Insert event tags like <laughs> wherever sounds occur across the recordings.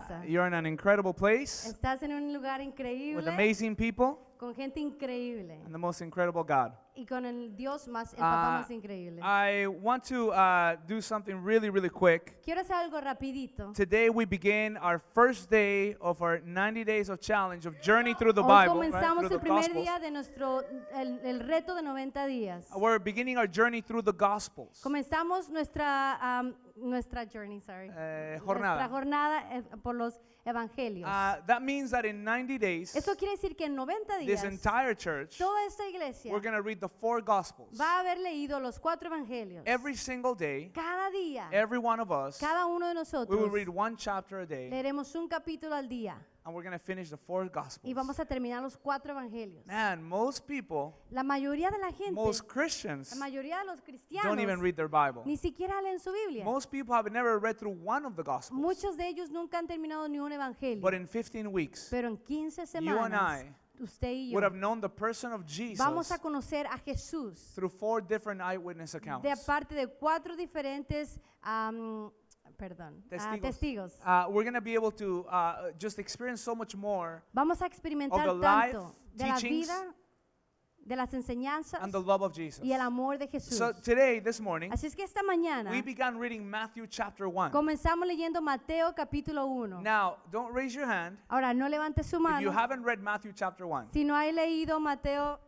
casa. You're in an incredible place Estás en un lugar with increíble, amazing people con gente increíble and the most incredible God. y con el Dios más, el papá Ah, más increíble. I want to uh, do something really, really quick. Quiero hacer algo rapidito. Today we begin our first day of our 90 days of challenge of journey through the Hoy Bible, right, comenzamos through the el primer Gospels. día de nuestro el, el reto de 90 días. We're beginning our journey through the Gospels. Comenzamos nuestra am, nuestra journey, sorry. Eh, Nuestra jornada. jornada eh, por los evangelios. Uh, that means that in 90 days, Eso quiere decir que en 90 this días entire church, toda esta iglesia we're going to read the four Gospels. va a haber leído los cuatro evangelios. Every single day, cada día, every one of us, cada Eh, uno de we will nosotros read one chapter a day, leeremos un capítulo al día and we're going to finish the four Gospels. y vamos a terminar los cuatro evangelios. Man, most people, La mayoría de la gente, most la Christians, mayoría de los don't even cristianos read their Bible. ni siquiera leen su Biblia. Most people have never read through one of the Gospels. Muchos de ellos nunca han terminado ni un evangelio. But in 15 weeks, Pero en 15 and semanas, usted y yo would have known the person of Jesus vamos a conocer a Jesús through four different eyewitness accounts. de parte de cuatro diferentes am, perdón, ah, Testigos. testigos. Uh, we're going to be able to uh, just experience so much more Vamos a experimentar the tanto life, de la teachings, vida, de las enseñanzas and the love of Jesus. y el amor de Jesús. So today, this morning, Así es que esta mañana we began reading Matthew chapter 1. comenzamos leyendo Mateo capítulo 1. Now, don't raise your hand Ahora, no levante su if you mano haven't read Matthew chapter 1. si no hay leído Mateo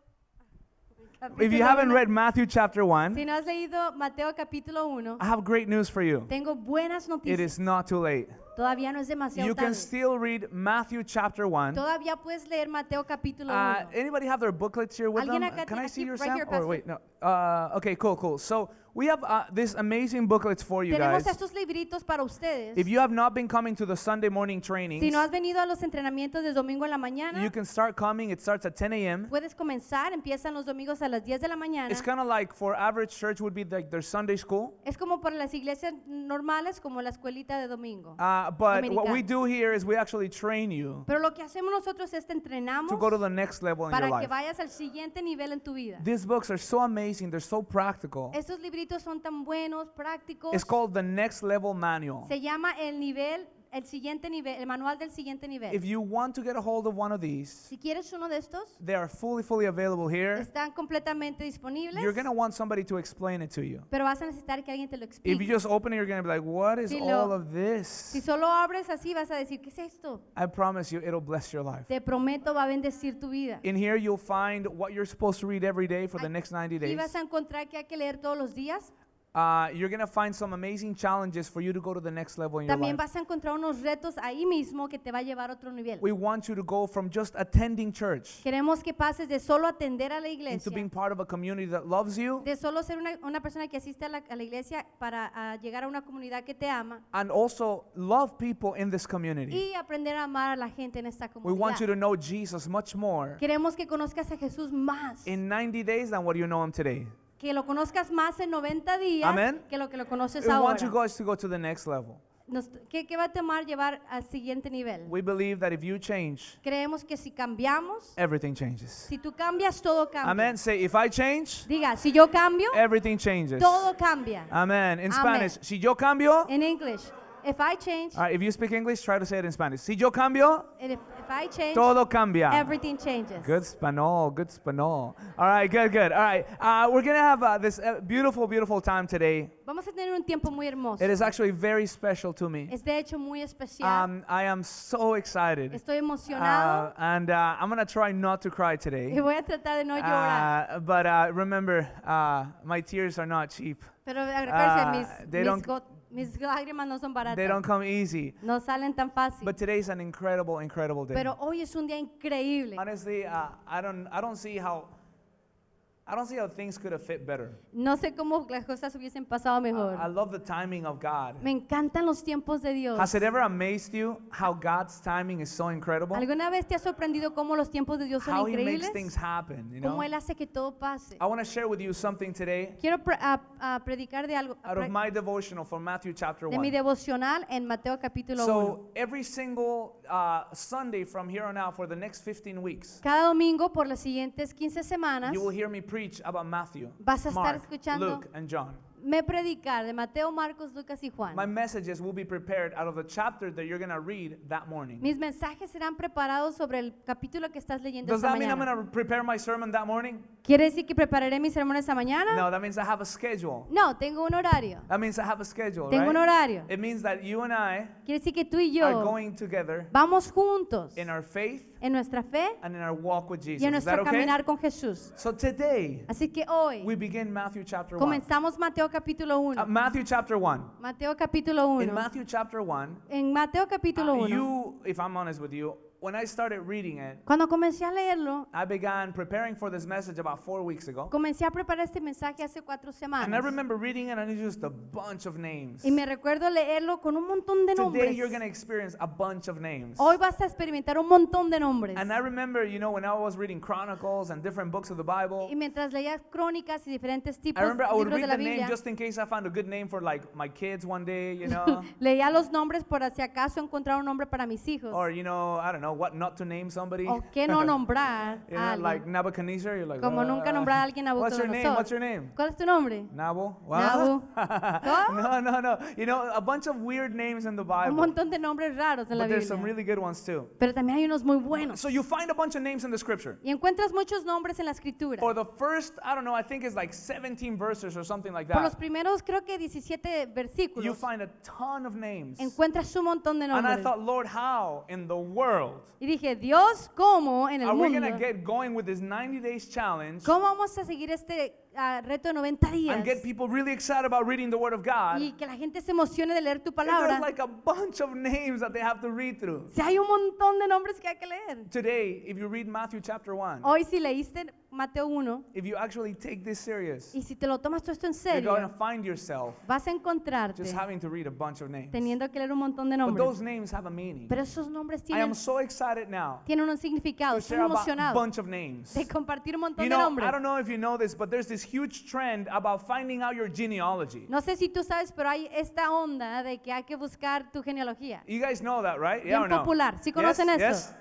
If you capítulo haven't uno. read Matthew chapter 1, Si no has leído Mateo capítulo 1, I have great news for you. tengo buenas Ah. It noticias. is not too late. Todavía no es demasiado You can tarde. still read Matthew chapter 1. Todavía puedes leer Mateo capítulo Uh, 1. anybody have their booklets here with Alguien them? acá Can ti- I see aquí, your right Sam? here, or Pastor. wait, no. Uh, okay, cool, cool. So we have uh, this amazing booklets for you Tenemos guys. estos libritos para ustedes. If you have not been coming to the Sunday morning trainings, Si no has venido a los entrenamientos de domingo en la mañana, you can start coming. It starts at 10 a.m. puedes comenzar. Empiezan los domingos a las 10 de la mañana. It's kind of like for average church would be like their Sunday school. Es como para las iglesias normales, como la escuelita de domingo. Uh, but what we Dominicana. do here is we actually train you Pero lo que hacemos nosotros es te entrenamos to go to the next level in your para que life. vayas al siguiente nivel en tu vida. These books are so amazing. They're so practical. Estos libritos son tan buenos, prácticos. It's called the Next Level Manual. Se llama el nivel, el siguiente nivel, el manual del siguiente nivel. If you want to get a hold of one of these, si quieres uno de estos, They are fully, fully available here. están completamente disponibles, You're going to want somebody to explain it to you. pero vas a necesitar que alguien te lo If you explique. just open it, you're going to be like, what is Si all lo- of Si this? solo abres así, vas a decir, ¿qué es esto? I promise you, it'll bless your life. Te prometo, va a bendecir tu vida. In here, you'll find what you're supposed to read every day for the next 90 Y days. vas a encontrar que hay que leer todos los días. Uh, you're going to find some amazing challenges for you to go to the next level in your También life. vas a encontrar unos retos ahí mismo que te va a llevar a otro nivel. We want you to go from just attending church Queremos que pases de solo atender a la into being iglesia, part of a community that loves you de solo ser una, una persona que asiste a la, a la iglesia para ah, llegar a una comunidad que te ama and also love people in this community. y aprender a amar a la gente en esta We want you comunidad. to know Jesus much more Queremos que conozcas a Jesús más, in 90 days than what you know him today. que lo conozcas más en 90 días Amén. que lo que lo conoces We want you ahora. guys to go to the next level. Nos- ¿qué, qué va a tomar llevar al siguiente nivel? We believe that if you change, Creemos que si cambiamos, everything changes. si tú cambias, todo cambia. Amen. Say, if I change, Diga, si yo cambio, everything changes. todo cambia. Amen. In Amen. Spanish, si yo cambio. In English, if I change, All right, if you speak English, try to say it in Spanish. Si yo cambio, and if, if I change, todo cambia. everything changes. Good Spanol, good Spanol. All right, good, good. All right, uh, we're gonna have uh, this uh, beautiful, beautiful time today. Vamos a tener un tiempo muy hermoso. It is actually very special to me. es de hecho muy especial. Um, I am so excited, Estoy uh, emocionado and uh, I'm gonna try not to cry today. <laughs> y voy a tratar de no llorar. Uh, but uh, remember, uh, my tears are not cheap. pero recuerden, ah, mis, they mis don't- go- mis lágrimas no son They don't baratas. come easy. No salen tan fácil. But today's an incredible, incredible day. pero hoy es un día increíble. Honestly, uh, I don't, I don't see how, I don't see how things could have fit better. No sé cómo las cosas hubiesen pasado mejor. I love the timing of God. Me encantan los tiempos de Dios. Has it ever amazed you how God's timing is so incredible? ¿Alguna vez te ha sorprendido cómo los tiempos de Dios son How He makes increíbles? things happen, you Cómo know? Él hace que todo pase. I want to share with you something today Quiero pre- a- a predicar de algo. a out of pre- my devotional from Matthew chapter de 1. mi devocional en Mateo capítulo 1. So every single uh, Sunday from here on out for the next 15 weeks, Cada domingo por las siguientes 15 semanas You will hear me preach about Matthew, Vas a estar Mark, escuchando- Luke, and John. me predicar de Mateo, Marcos, Lucas y Juan. My messages will be prepared out of the chapter that you're going to read that morning. Mis mensajes serán preparados sobre el capítulo que estás leyendo Does esta that mean I'm mañana. going to prepare my sermon that morning? ¿Quiere decir que prepararé mi sermón esta mañana? No, that means I have a schedule. No, tengo un horario. That means I have a schedule, Tengo un right? Eh, horario. It means that you and I Quiere decir que tú y are yo going together vamos juntos in our faith en nuestra fe and in our walk with Jesus. y en Is that nuestro okay? caminar con Jesús. So today Así que we hoy begin Matthew chapter 1. comenzamos Mateo capítulo Uh, 1. Matthew chapter 1. Mateo capítulo 1. In Matthew chapter 1, En Mateo capítulo uh, 1. you, if I'm honest with you, when I started reading it, Cuando comencé a leerlo, I began preparing for this message about four weeks ago. comencé a preparar este mensaje hace cuatro And I semanas. remember reading it, and it's just a bunch of names. Y me recuerdo leerlo con un montón de Today, you're going nombres. to experience a bunch of names. Hoy vas a experimentar un montón de nombres. And I remember, you know, when I was reading Chronicles and different books of the Bible, Y mientras leía crónicas y diferentes I tipos remember I de would libros de read la the name Biblia, <laughs> just uh, in case I found a good name for like my kids one day, you know, leía los nombres por si acaso encontrar un nombre para mis hijos. or you know, I don't know what not to name somebody. o <laughs> qué no nombrar You a know, like alguien. Nebuchadnezzar, you're like, Como nunca nombrar a alguien a What's your name? Nabucodonosor. What's your name? ¿Cuál es tu nombre? Nabu? <laughs> Nabu. no, no, no. You know, a bunch of weird names in the Un Bible. montón de nombres raros en la But there's some Biblia. really good ones too. Pero también hay unos muy buenos. So you find a bunch of names in the scripture. Y encuentras muchos nombres en la escritura. For the first, I don't know, I think it's like 17 verses or something like Por los that. primeros, creo que 17 You versículos, find a ton of names. encuentras un montón de And I nombres. thought, Lord, how in the world Y dije, Dios, ¿cómo en el are we going to mundo? get going with this 90 days challenge ¿Cómo vamos a seguir este ah, reto de 90 días? and get people really excited about reading the Word of God? Y que la gente se emocione de leer tu And There's palabra. like a bunch of names that they have to read through. Si hay un montón de nombres que hay que leer. Today, if you read Matthew chapter 1, Hoy si leíste Mateo 1 if you actually take this serious, y si te lo tomas todo esto en you're going to serio, find yourself vas a encontrarte just having to read a bunch of names. teniendo que leer un montón de But those nombres. names have a meaning. Pero esos nombres I am tienen, so excited now tienen un significado. to Estoy share about a emocionado bunch of names. de compartir un montón You de know, nombres. I don't know if you know this, but there's this huge trend about finding out your genealogy. No sé si tú sabes, pero hay esta onda de que hay que buscar tu genealogía. You guys know that, right? Bien or no? popular. ¿Sí Yes? conocen eso? Yes?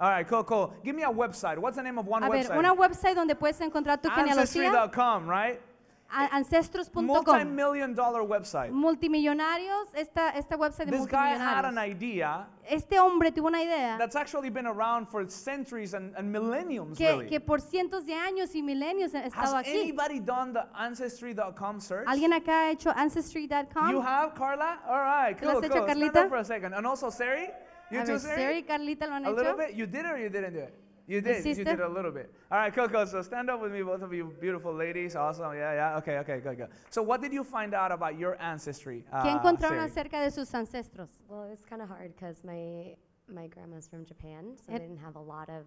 All right, cool, cool. Give me a website. What's the name of one A ver, website? una website donde puedes encontrar tu genealogía, Ancestry.com, right? a- ancestros.com. Multi-million dollar website. Multimillonarios, esta, esta website de This guy had an multimillonarios. idea Este hombre tuvo una idea that's actually been around for centuries and, and millenniums, que, really. que por cientos de años y milenios ha Has estado aquí. anybody done the Ancestry.com search? ¿Alguien acá ha hecho You Ancestry.com? have, Carla? All right, ¿Tú lo has cool, hecho, cool. Stand Carlita? up for a second. And also, Sari? You A too, ver, Sari? Sherry y Carlita lo han A little hecho. bit? You did or you didn't do it? You did. You sister? did a little bit. All right, cool, cool. So stand up with me, both of you beautiful ladies. Awesome. Yeah, yeah. Okay, okay, good, good. So what did you find out about your ancestry? ¿Qué uh, encontraron Sari? acerca de sus ancestros? Well, it was kind of hard because my my grandma's from Japan, so Yep. they didn't have a lot of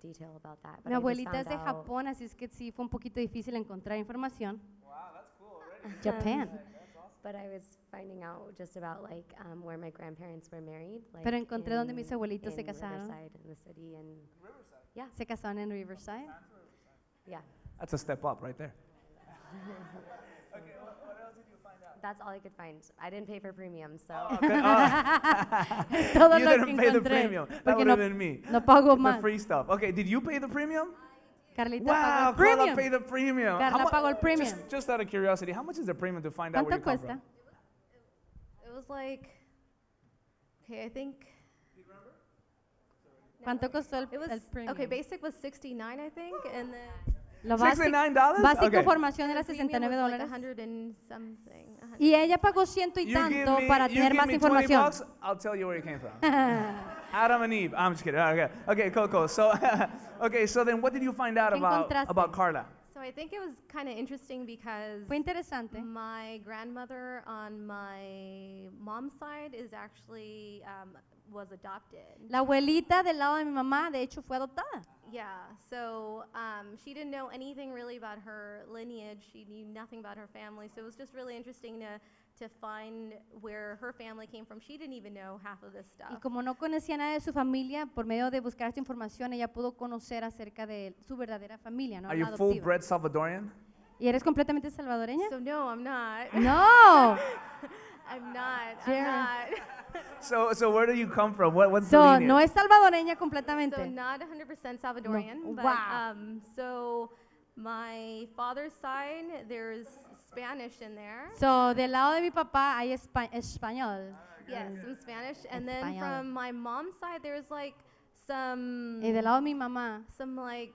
detail about that. But Mi I just abuelita es found de out- Japón, así es que sí fue un poquito difícil encontrar información. Wow, that's cool already. Japan. But I was finding out just about like um, where my grandparents were married. Like, Pero encontré donde mis in- abuelitos se in casaron. Riverside, in the city, and Se casaron en Riverside. yeah, That's a step up right <laughs> there. that's all I could find. I didn't pay for premium, so Okay. Oh, Todo <laughs> you lo que didn't pay the encontré. premium. That Porque would no, have been me. no pago The más. free stuff. Okay, did you pay the premium? Carlita Wow, pagó el Carla paid premium. the premium. Carla mu- pagó el premium. Just, just out of curiosity, how much is the premium to find out where ¿Cuánto you come cuesta? from? It was like, okay, I think ¿Cuánto costó el, it was el premium? okay. Basic was sixty nine, I think, and then Lo básico, $69? básico Okay. formación era the premium 69 was like dólares. hundred and something. a hun- Y ella pagó ciento y You give tanto me- para you tener give más me 20 información. bucks, I'll tell you where you <laughs> came from. Adam and Eve. I'm just kidding. Okay, okay, cool, cool. So, <laughs> okay, so then what did you find out ¿Qué about encontraste? about Carla? So I think it was kind of interesting because Fue interesante. Mm. my grandmother on my mom's side is actually um, was adopted. La abuelita del lado de mi mamá, de hecho, fue adoptada. Yeah, so um, she didn't know anything really about her lineage. She knew nothing about her family. So it was just really interesting to to find where her family came from. She didn't even know half of this stuff. Y como no conocía nada de su familia, por medio de buscar esta información, ella pudo conocer acerca de su verdadera familia, ¿no? Are you La full adoptiva. bred Salvadorian? ¿Y eres completamente salvadoreña? So no, I'm not. <laughs> <laughs> no. I'm not. <laughs> Sharon. I'm So, so where do you come from? What, what's the So, lineage? no es salvadoreña not. So completamente. not 100% Salvadorian, but Wow. um, so my father's side, there's Spanish in there. So, del lado de mi papá hay espa- español. Yes, some Spanish. And then Español. from my mom's side, there's like some Y del lado de mi mamá some like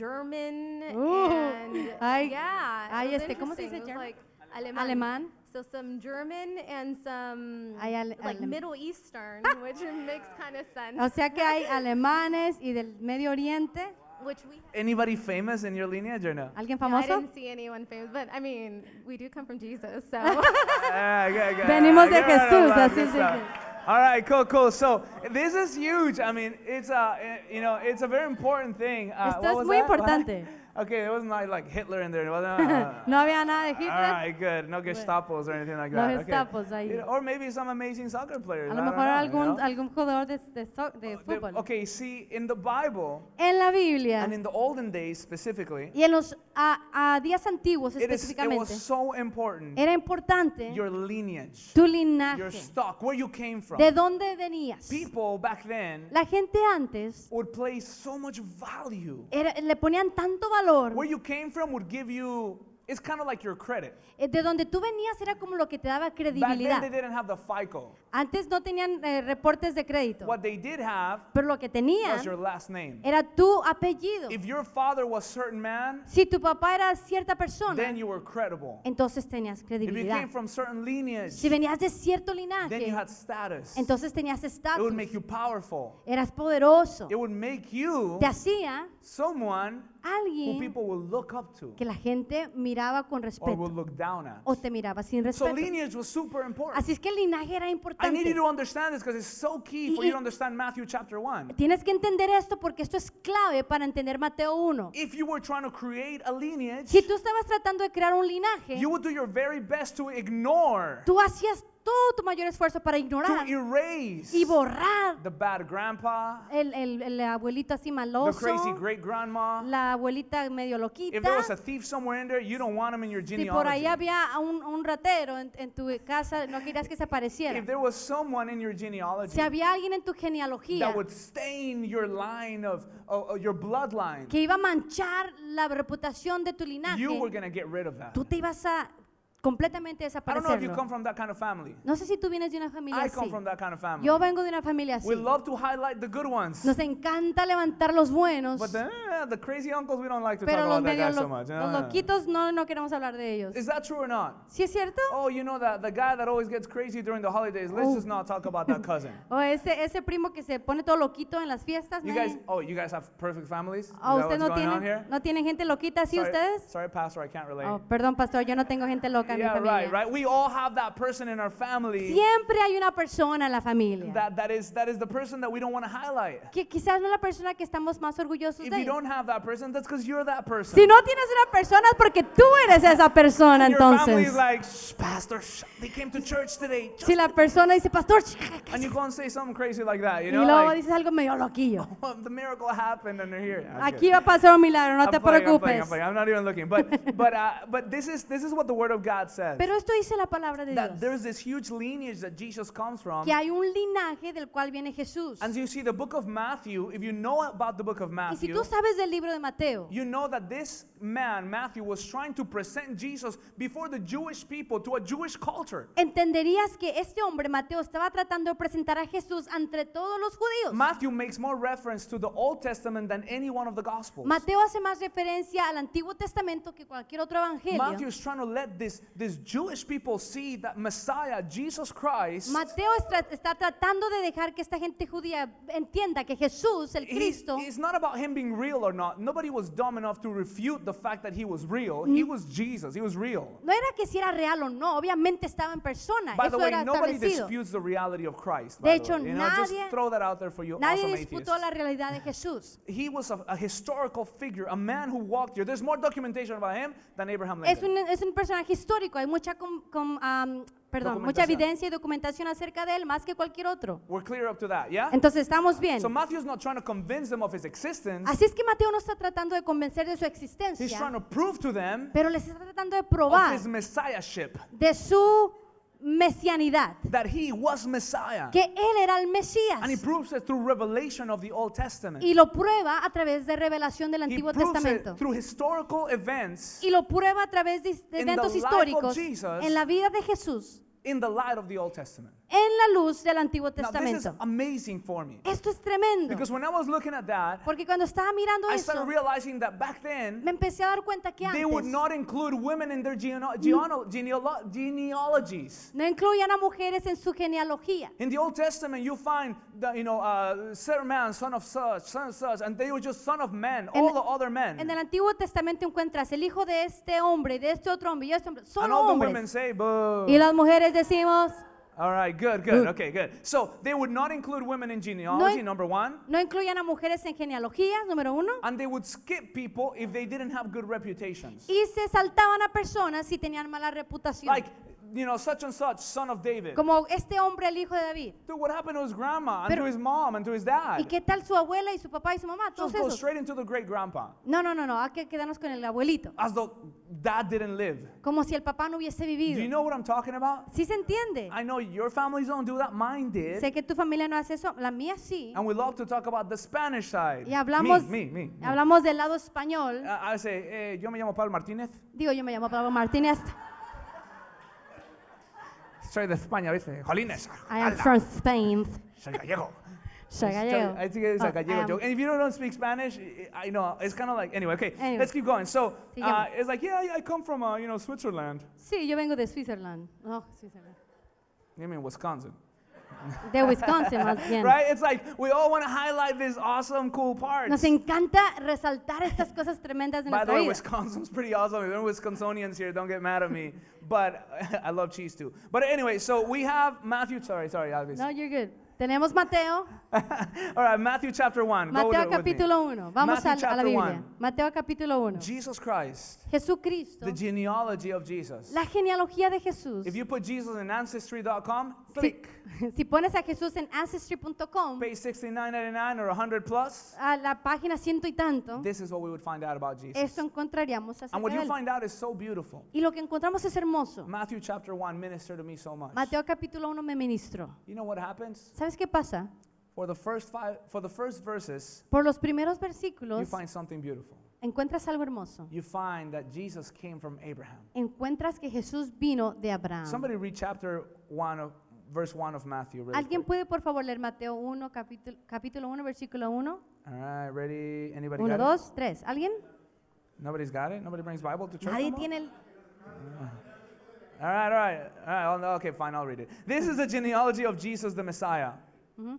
German Ooh. and <laughs> Ay, yeah. it ay, was este, ¿cómo se interesting. dice It was like alemán. alemán. So some German and some Ay, ale- like alem- Middle <laughs> Eastern, which makes kind of sense. O sea que hay alemanes y del Medio Oriente. which we Anybody famous in your lineage or no? ¿Alguien no, I famoso? didn't see anyone famous, but I mean, we do come from Jesus, <laughs> so Ah, good, good. Venimos de Give her a Jesús, round of así es de applause. que- All right, cool, cool. So this is huge. I mean, it's a, eh, you know, it's a very important thing. Uh, Esto what es was muy that? importante. <laughs> okay, there wasn't like, like Hitler in there. <laughs> It wasn't, uh, No había nada de All Hitler. right, good. No Gestapos or anything like No that. Okay. Gestapos ahí. You know, or maybe some amazing soccer players. A I lo don't mejor know, you algún, know? algún jugador de, de so- de The- fútbol. Okay, see, in the Bible, En la Biblia and in the olden days specifically, y en los a, a días antiguos it, is, it was específicamente, so important era importante your lineage, tu your linaje, stock, where you came from. de dónde venías. People back then La gente antes would place so much value. era- le ponían tanto valor. Where you came from would give you, it's kind of like your credit. eh, De donde tú venías era como lo que te daba Back then, they credibilidad. didn't have the FICO. Antes no tenían eh, reportes de crédito, What they did have pero lo que was tenían your last name. era tu apellido. If your father was certain man, Si tu papá era cierta persona, then you were credible. entonces tenías If you credibilidad. came from certain lineage, Si venías de cierto then you linaje, had status. It entonces tenías estatus, would make you powerful. eras poderoso, It would make you te hacía someone who alguien people will look up to que la gente miraba con or will respeto look down at. o te miraba sin So respeto. lineage was super important. Así es que el linaje era I need you importante. to understand this because it's so key for Y- you to understand Matthew chapter 1. Tienes que entender esto porque esto es clave para entender Mateo 1. If you were trying to create a lineage, Si tú estabas tratando de crear un linaje, you would do your very best to ignore, tú hacías todo tu mayor esfuerzo para to ignorar erase y borrar the bad grandpa, el, el, el abuelito así the maloso, crazy great grandma. la abuelita medio If there loquita. was a thief somewhere in there, you don't want him in your Si por genealogy. ahí había a un, un ratero en, en tu casa, no querías que se apareciera. If there was someone in your genealogy Si había alguien en tu genealogía that would stain your line of, of- of your bloodline, que iba a manchar la reputación de tu linaje, you were going to get rid of that. tú te ibas a completamente I don't know if you come desaparecerlo. from that kind of family. No sé si tú vienes de una familia I come así. from that kind of family. Yo vengo de una familia así. We love to highlight the good ones. Nos encanta levantar los buenos, But the, eh, the crazy uncles, we don't like to talk pero los about that medio guy so lo- much. eh. No, no, los no. loquitos no, no queremos hablar de ellos. Is that true or not? ¿Sí es cierto? Oh, you know that the guy that always gets crazy during the holidays. Oh. Let's just not talk about that cousin. O ese, ese primo que se pone todo loquito en las fiestas. You nadie- <laughs> guys, oh, you guys have perfect families. Is ¿O that Oh, usted what's no going on here? tiene, no tiene gente loquita así sorry, ustedes? sorry, pastor, I can't relate. Oh, perdón, pastor, yo no tengo gente loca en mi yeah, familia. right, right. We all have that person in our family Siempre hay una persona en la familia that, that is that is the person that we don't want to highlight. que quizás no es la persona que estamos más orgullosos If de. you don't have that person, that's because you're that person. Si no tienes una persona es porque tú eres esa persona Your family entonces. is like, shh, pastor, shh, they came to church today. shh." Si la persona dice, pastor, <laughs> ch- And you go and say something crazy like that, you y know? luego like, dices algo <laughs> medio loquillo. "Oh, the miracle happened and they're here. I'm Aquí kidding. va a pasar un milagro, no I'm te playing, I'm, playing, preocupes. I'm, playing. I'm not even looking. <laughs> But but uh, but this is this is what the word of God says. Pero esto dice la palabra de That Dios, there's this huge lineage that Jesus comes from. que hay un linaje del cual viene Jesús. And so you see the book of Matthew, if you know about the book of Y si Matthew, tú sabes del libro de Mateo, you know that this man, Matthew, was trying to present Jesus before the Jewish people to a Jewish culture. entenderías que este hombre, Mateo, estaba tratando de presentar a Jesús entre todos los judíos. Matthew makes more reference to the Old Testament than any one of the Gospels. Mateo hace más referencia al Antiguo Testamento que cualquier otro Matthew evangelio. is trying to let this, this Jewish people see that Messiah, Jesus Christ, Mateo es tra- está tratando de dejar que esta gente judía entienda que Jesús, el he's- Cristo, it's not about him being real or not. Nobody was dumb enough to refute the fact that he was real. Mm. He was Jesus, he was real. no era que si era real o no, obviamente estaba en persona, By the Ah, eso way, era nobody establecido. disputes the reality of Christ. De by the hecho, way. You know, just nadie- throw that out there for you Nadie awesome disputó atheists. la realidad de Jesús. He was a, a historical figure, a man who walked here. There's more documentation about him than Abraham Es Lincoln. un, es un personaje histórico, hay mucha, com- com- am, perdón, mucha Documentación. evidencia y documentación acerca de él, más que cualquier otro. We're clear up to that, yeah? Entonces, estamos bien. So Matthew's not trying to convince them of his existence. Así es que Mateo no está tratando de convencer de su He's trying existencia, to prove to them pero les está tratando de of probar his messiahship. de su mesianidad, that he was Messiah. que él era el And he Mesías proves it through revelation of the Old Testament. y lo prueba a través de revelación del He Antiguo proves it Testamento through historical events y lo prueba a través de de the eventos life of históricos Jesus, en la vida de Jesús, in the light of the Old Testament. en la luz del Antiguo Now, this is Testamento. amazing for me. Esto es tremendo, Because when I was looking at that, porque cuando estaba mirando I eso, started realizing that back then, me empecé a dar cuenta que they would antes not include women in their geneal- geneal- genealo- genealogies. no incluían a mujeres en su genealogía. In the Old Testament, you find the, you know uh, Sir man, son of such, son of such, and they were just son of men, all the other men. En el Antiguo Testamento encuentras el hijo de este hombre, y de este otro hombre y de este hombre. and Solo all the women hombres. say, "Boo." Y las mujeres decimos, All right, good, good, okay, good. So they would not include women in genealogy, number one, no incluyan a mujeres en genealogías, número uno. and they would skip people if they didn't have good reputations. Y se saltaban a personas si tenían mala reputación. Like, you know, such and such, son of David. como este hombre, el hijo de David. Dude, what happened to his grandma and Pero- to his mom and to his ¿Y dad? qué tal su abuela y su papá y su mamá? Todos Just go esos. straight into the great grandpa, No, no, no, no, hay que quedarnos con el abuelito. as though dad didn't live. Como si el papá no Do hubiese you vivido. know what I'm talking about? Sí se entiende. I know your families don't do that, mine did. Sé que tu familia no hace eso, la mía sí. And we love to talk about the Spanish side. Y hablamos, me, me, me. me. hablamos del lado español. I I say, eh, yo me llamo Pablo Martínez. Digo, yo me llamo Pablo Martínez. Soy de España, ¿viste? Jolines. I am ala, from Spain. Soy gallego. Soy gallego. I think it's Oh, a gallego I am- joke. And if you don't speak Spanish, I- I know it's kind of like anyway. Okay, Anyway. let's keep going. So uh, Sigamos. it's like, yeah, I- I come from uh, you know Switzerland. Sí, yo vengo de Switzerland. Oh, Switzerland. You mean Wisconsin, De Wisconsin, más <laughs> bien. right? It's like we all want to highlight these awesome, cool parts. Nos encanta resaltar estas cosas tremendas de By the nuestra way, vida. Wisconsin's pretty awesome. If there are Wisconsinians here, don't get mad at me. But <laughs> I love cheese too. But anyway, so we have Matthew. Sorry, sorry, Alvis. No, you're good. Tenemos Mateo, All right, Matthew chapter one. Go Mateo there with me. capítulo 1. Vamos Matthew al- a, la chapter Biblia. 1. Mateo capítulo 1. Jesus Christ, Jesucristo, the genealogy of Jesus. la genealogía de Jesús. If you put Jesus in ancestry.com, Si, click. <laughs> si pones a Jesús en ancestry.com, Pay 69.99 or 100 plus. a la página ciento y tanto, This is what we would find out about Jesus. eso encontraríamos acerca And what de you él. find Mm. out is so beautiful. Y lo que encontramos es hermoso. Matthew chapter 1 ministered to me so much. Mateo capítulo 1 me ministró. You know what happens? ¿Sabes qué pasa? For the first five for the first verses, Por los primeros you versículos find something beautiful. encuentras algo hermoso. You find that Jesus came from Abraham. Encuentras que Jesús vino de Abraham. Somebody read chapter 1 of verse 1 of Matthew really ¿Alguien quick. puede por favor leer Mateo 1, capítulo, capítulo 1, versículo 1? All right, ready? Anybody 1, got 2, 3. ¿Alguien? it? Nobody's got it? Nobody brings Bible to church? no Nadie more? tiene el... All right, all right, all right. I'll- Okay, fine, I'll read it. This is the genealogy of Jesus the Messiah, Ujú.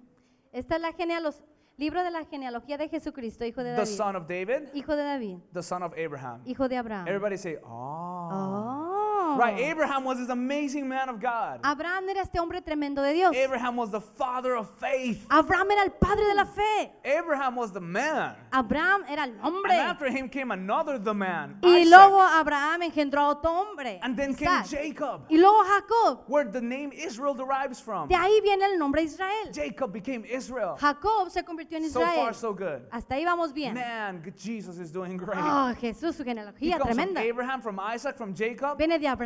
Esta es la genealos- libro de la genealogía de Jesucristo, hijo de the David. son of David, Hijo de David, the son of Abraham. hijo de Abraham. Everybody say, oh. Oh. Right, Abraham was this amazing man of God. Abraham era este hombre tremendo de Dios. Abraham was the father of faith. Abraham era el padre de la fe. Abraham was the man. Abraham era el hombre. And after him came another the man. Y Isaac. luego Abraham engendró a otro hombre. And then came Isaac. Jacob, Y luego Jacob. where the name Israel derives from. De ahí viene el nombre Israel. Jacob became Israel. Jacob se convirtió en So far, Israel. so good. Hasta ahí vamos bien. Man, g- Jesus is doing great. Oh, Jesús, su He genealogía comes from tremenda. Abraham, from Isaac, from Jacob. Viene de Abraham,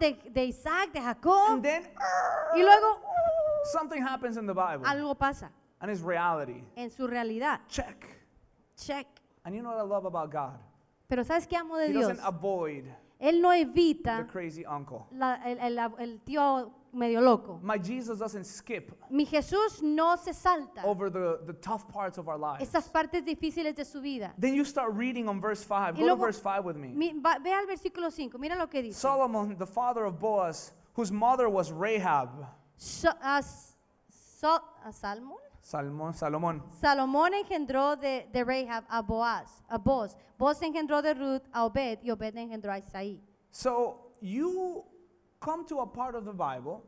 de, de Isaac, de And Jacob. then Y luego uh, something happens in the Bible, algo pasa and it's reality. en su realidad. Check. Check. And you know what I love about God? Pero ¿sabes qué amo de He Dios? doesn't avoid Él no the evita crazy uncle. la- el, el- el tío medio loco. My Jesus doesn't skip Mi Jesús no se salta over the, the tough parts of our lives. esas partes difíciles de su vida. Then you start reading on verse 5. Go Y to luego- verse 5 with me. Mi- va- ve al versículo 5, mira lo que dice. Solomon, the father of Boaz, whose mother was Rahab. So- ah, s- so- ah, ¿Salmón? Salmon, Salomon. Salomón engendró de, de Rahab a Boaz, a Boaz. Boaz engendró de Ruth a Obed y Obed engendró a Isaí. So you come to a part of the Bible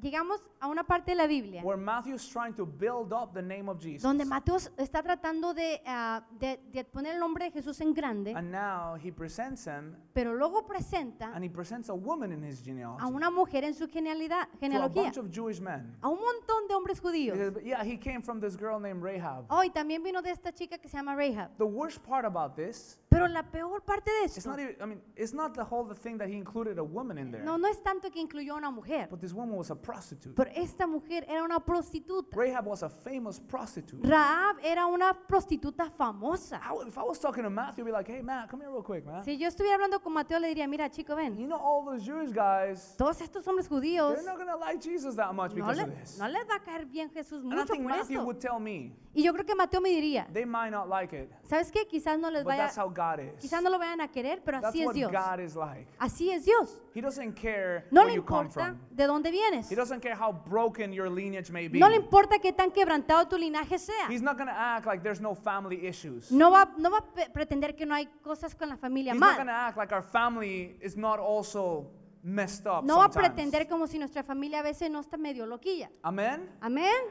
Llegamos a una parte de la Biblia where Matthew's trying to build up the name of Jesus. donde Mateo está tratando de, ah, de- de poner el nombre de Jesús en grande, And now he presents him, pero luego presenta and he presents a woman in his a genealogy. una mujer en su genialidad, To a genealogía, bunch of Jewish men. a un montón de hombres He judíos. says, "But yeah, he Oh. came from this girl named Rahab. Hoy también vino de esta chica que se llama Rahab. The worst part about this Pero la peor parte de It's esto, not even, I mean, it's not the whole the thing that he included a woman in there. no, no es tanto que incluyó a una mujer, But this woman was a prostitute. pero esta mujer era una prostituta. Rahab was a famous prostitute. Raab era una prostituta famosa. I would- if I was talking to Matthew, I'd be like, hey, Matt, come here real quick, man. Si yo estuviera hablando con Mateo, le diría, mira, chico, ven, You know, all those Jewish guys, todos estos hombres judíos they're not going to like Jesus that much no, because le- of this. no les va a caer bien Jesús And I mucho think por Matthew esto. would tell me, Y yo creo que Mateo me diría, they might not like it, ¿sabes qué? Quizás no les but vaya, that's how God is. quizás no lo vayan a querer, pero That's así es what Dios. God is like. Así es Dios. He doesn't care No where le you come importa from. de dónde vienes. He doesn't care how broken your lineage may be. No le importa qué tan quebrantado tu linaje sea. He's not going to act like there's no family issues. No va, no va a pe- pretender que no hay cosas con la familia He's not going to mal. act like our family is not also messed up No va a sometimes. pretender como si nuestra familia a veces no está medio loquilla. Amen? Amén.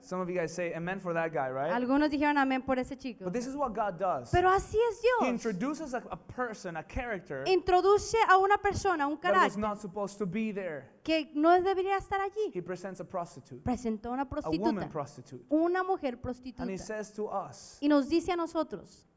Some of you guys say amen for that guy, right? Algunos dijeron amén por ese chico. But this is what God does. Pero así he es Dios. introduces a, a person, a character Introduce a una persona, un that was carácter not supposed to be there. que no debería estar allí. He presents a prostitute, Presentó a una a woman prostituta, prostitute. una mujer And he prostituta. says to us, Y nos dice a nosotros,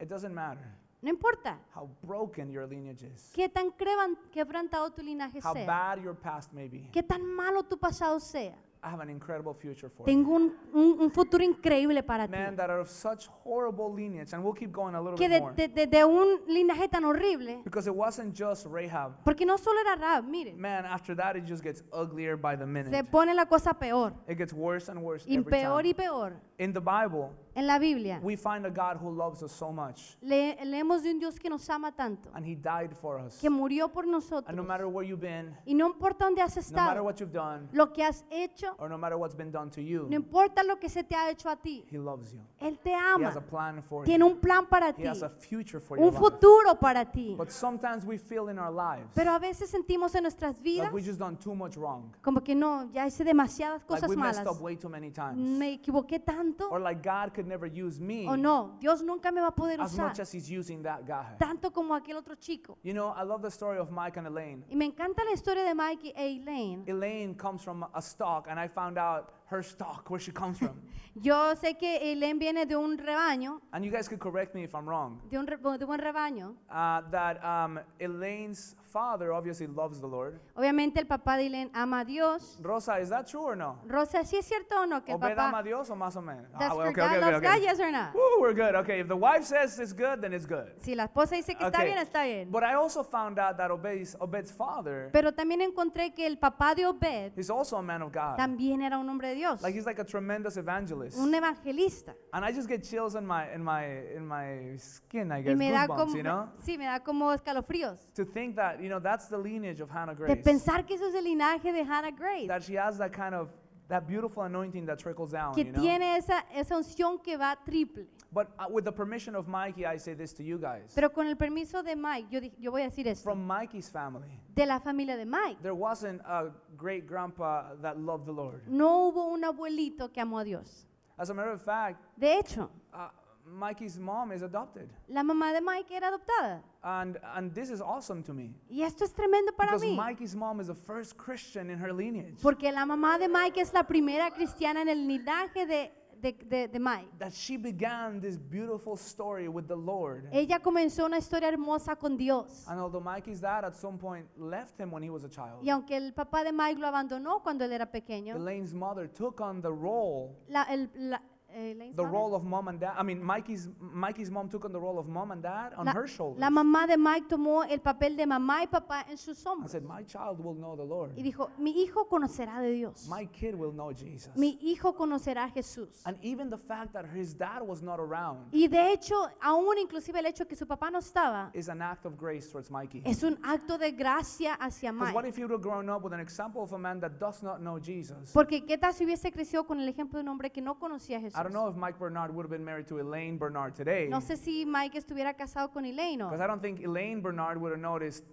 it doesn't matter no importa how broken your lineage is, qué tan creban- quebrantado tu linaje how sea, bad your past may be. qué tan malo tu pasado sea. I have an incredible future for you. Tengo un, un- un futuro increíble para ti. Men that are of such horrible lineage, and we'll keep going a little Que bit de, more. de- de- de un linaje tan horrible, Because it wasn't just Rahab. porque no solo era Raab, miren, Man, after that, it just gets uglier by the se minute. pone la cosa peor, It gets worse and worse y every peor y time. peor. In the Bible, En la Biblia we find a God who loves us so much, le- leemos de un Dios que nos ama tanto, and He died for us. que murió por And no matter nosotros, where you've been, y no importa dónde has no matter estado, what you've done, lo que has hecho, or no matter what's been done to no you, importa lo que se te ha hecho a ti, He loves you. Él te He has a ama, plan for tiene you. un plan para He ti, has a future for your un life. futuro para ti. But sometimes we feel in our lives Pero a veces sentimos en nuestras vidas like we just done too much wrong, como que no, ya hice demasiadas like cosas we messed malas. up way too many times, me equivoqué tanto or like God could never use me o no, Dios nunca me va a poder as usar much as He's using that guy. tanto como aquel otro chico. You know, I love the story of Mike and Elaine. Y me encanta la historia de Mikey e Elaine. Elaine comes from a stock, and I found out her stock, where she comes <laughs> from. Yo sé que Elaine viene de un rebaño, and you guys could correct me if I'm wrong. de un, re- de un rebaño. Uh, that um, Elaine's father obviously loves the Lord. Obviamente el papá de Elaine ama a Dios. Rosa, is that true or no? Rosa, ¿sí es cierto o no que el Obed ama a papá Dios o más o menos? does Ah, her dad loves God, yes or not? Woo, we're good. Okay, if the wife says it's good, then it's good. Si la esposa dice que está Okay. bien, está bien. But I also found out that Obed's, Obed's father Pero también encontré que el papá de Obed is also a man of God. también era un hombre de Dios, Like he's like a tremendous evangelist. un evangelista. And I just get chills in my in my in my skin, I Y guess, me da goosebumps, como, you know. sí, me da como escalofríos. To think that you know that's the lineage of Hannah de Grace, pensar que eso es el linaje de Hannah Grace, that she has that kind of that beautiful anointing that trickles down, que you know. tiene esa, esa unción que va triple. But uh, with the permission of Mikey, I say this to you guys. Pero con el permiso de Mike, yo, di- yo voy a decir esto, From Mikey's family, de la familia de Mike, there wasn't a great grandpa that loved the Lord. no hubo un abuelito que amó a Dios. As a matter of fact, De hecho, uh, Mikey's mom is adopted, la mamá de Mike era adoptada. and and this is awesome to me Y esto es tremendo para because mí, Mikey's mom is the first Christian in her lineage. porque la mamá de Mike es la primera cristiana en el linaje de, de, de- de Mike. that she began this beautiful story with the Lord. Ella comenzó una historia hermosa con Dios. And although Mikey's dad at some point left him when he was a child, Y aunque el papá de Mike lo abandonó cuando él era pequeño, Elaine's mother took on the role, la, el, la- eh, Elaine's the mother. role of mom and dad. I mean, Mikey's Mikey's mom took on the role of mom and dad on La, her shoulders. la mamá de Mike tomó el papel de mamá y papá en sus and hombros said, "My child will know the Lord. y dijo, mi hijo conocerá de Dios, My kid will know Jesus." mi hijo conocerá a Jesús. and even the fact that his dad was not around Y de hecho, aún inclusive el hecho que su papá no estaba, is an act of grace towards Mikey. es un acto de gracia hacia Because what Mike. if he would have grown up with an example of a man that does not know Jesus? Porque qué tal si hubiese crecido con el ejemplo de un hombre que no conocía a I don't know Jesús. if Mike Bernard would have been married to Elaine Bernard today. No sé si Mike estuviera casado con Elaine o Because I don't think Elaine Bernard would have noticed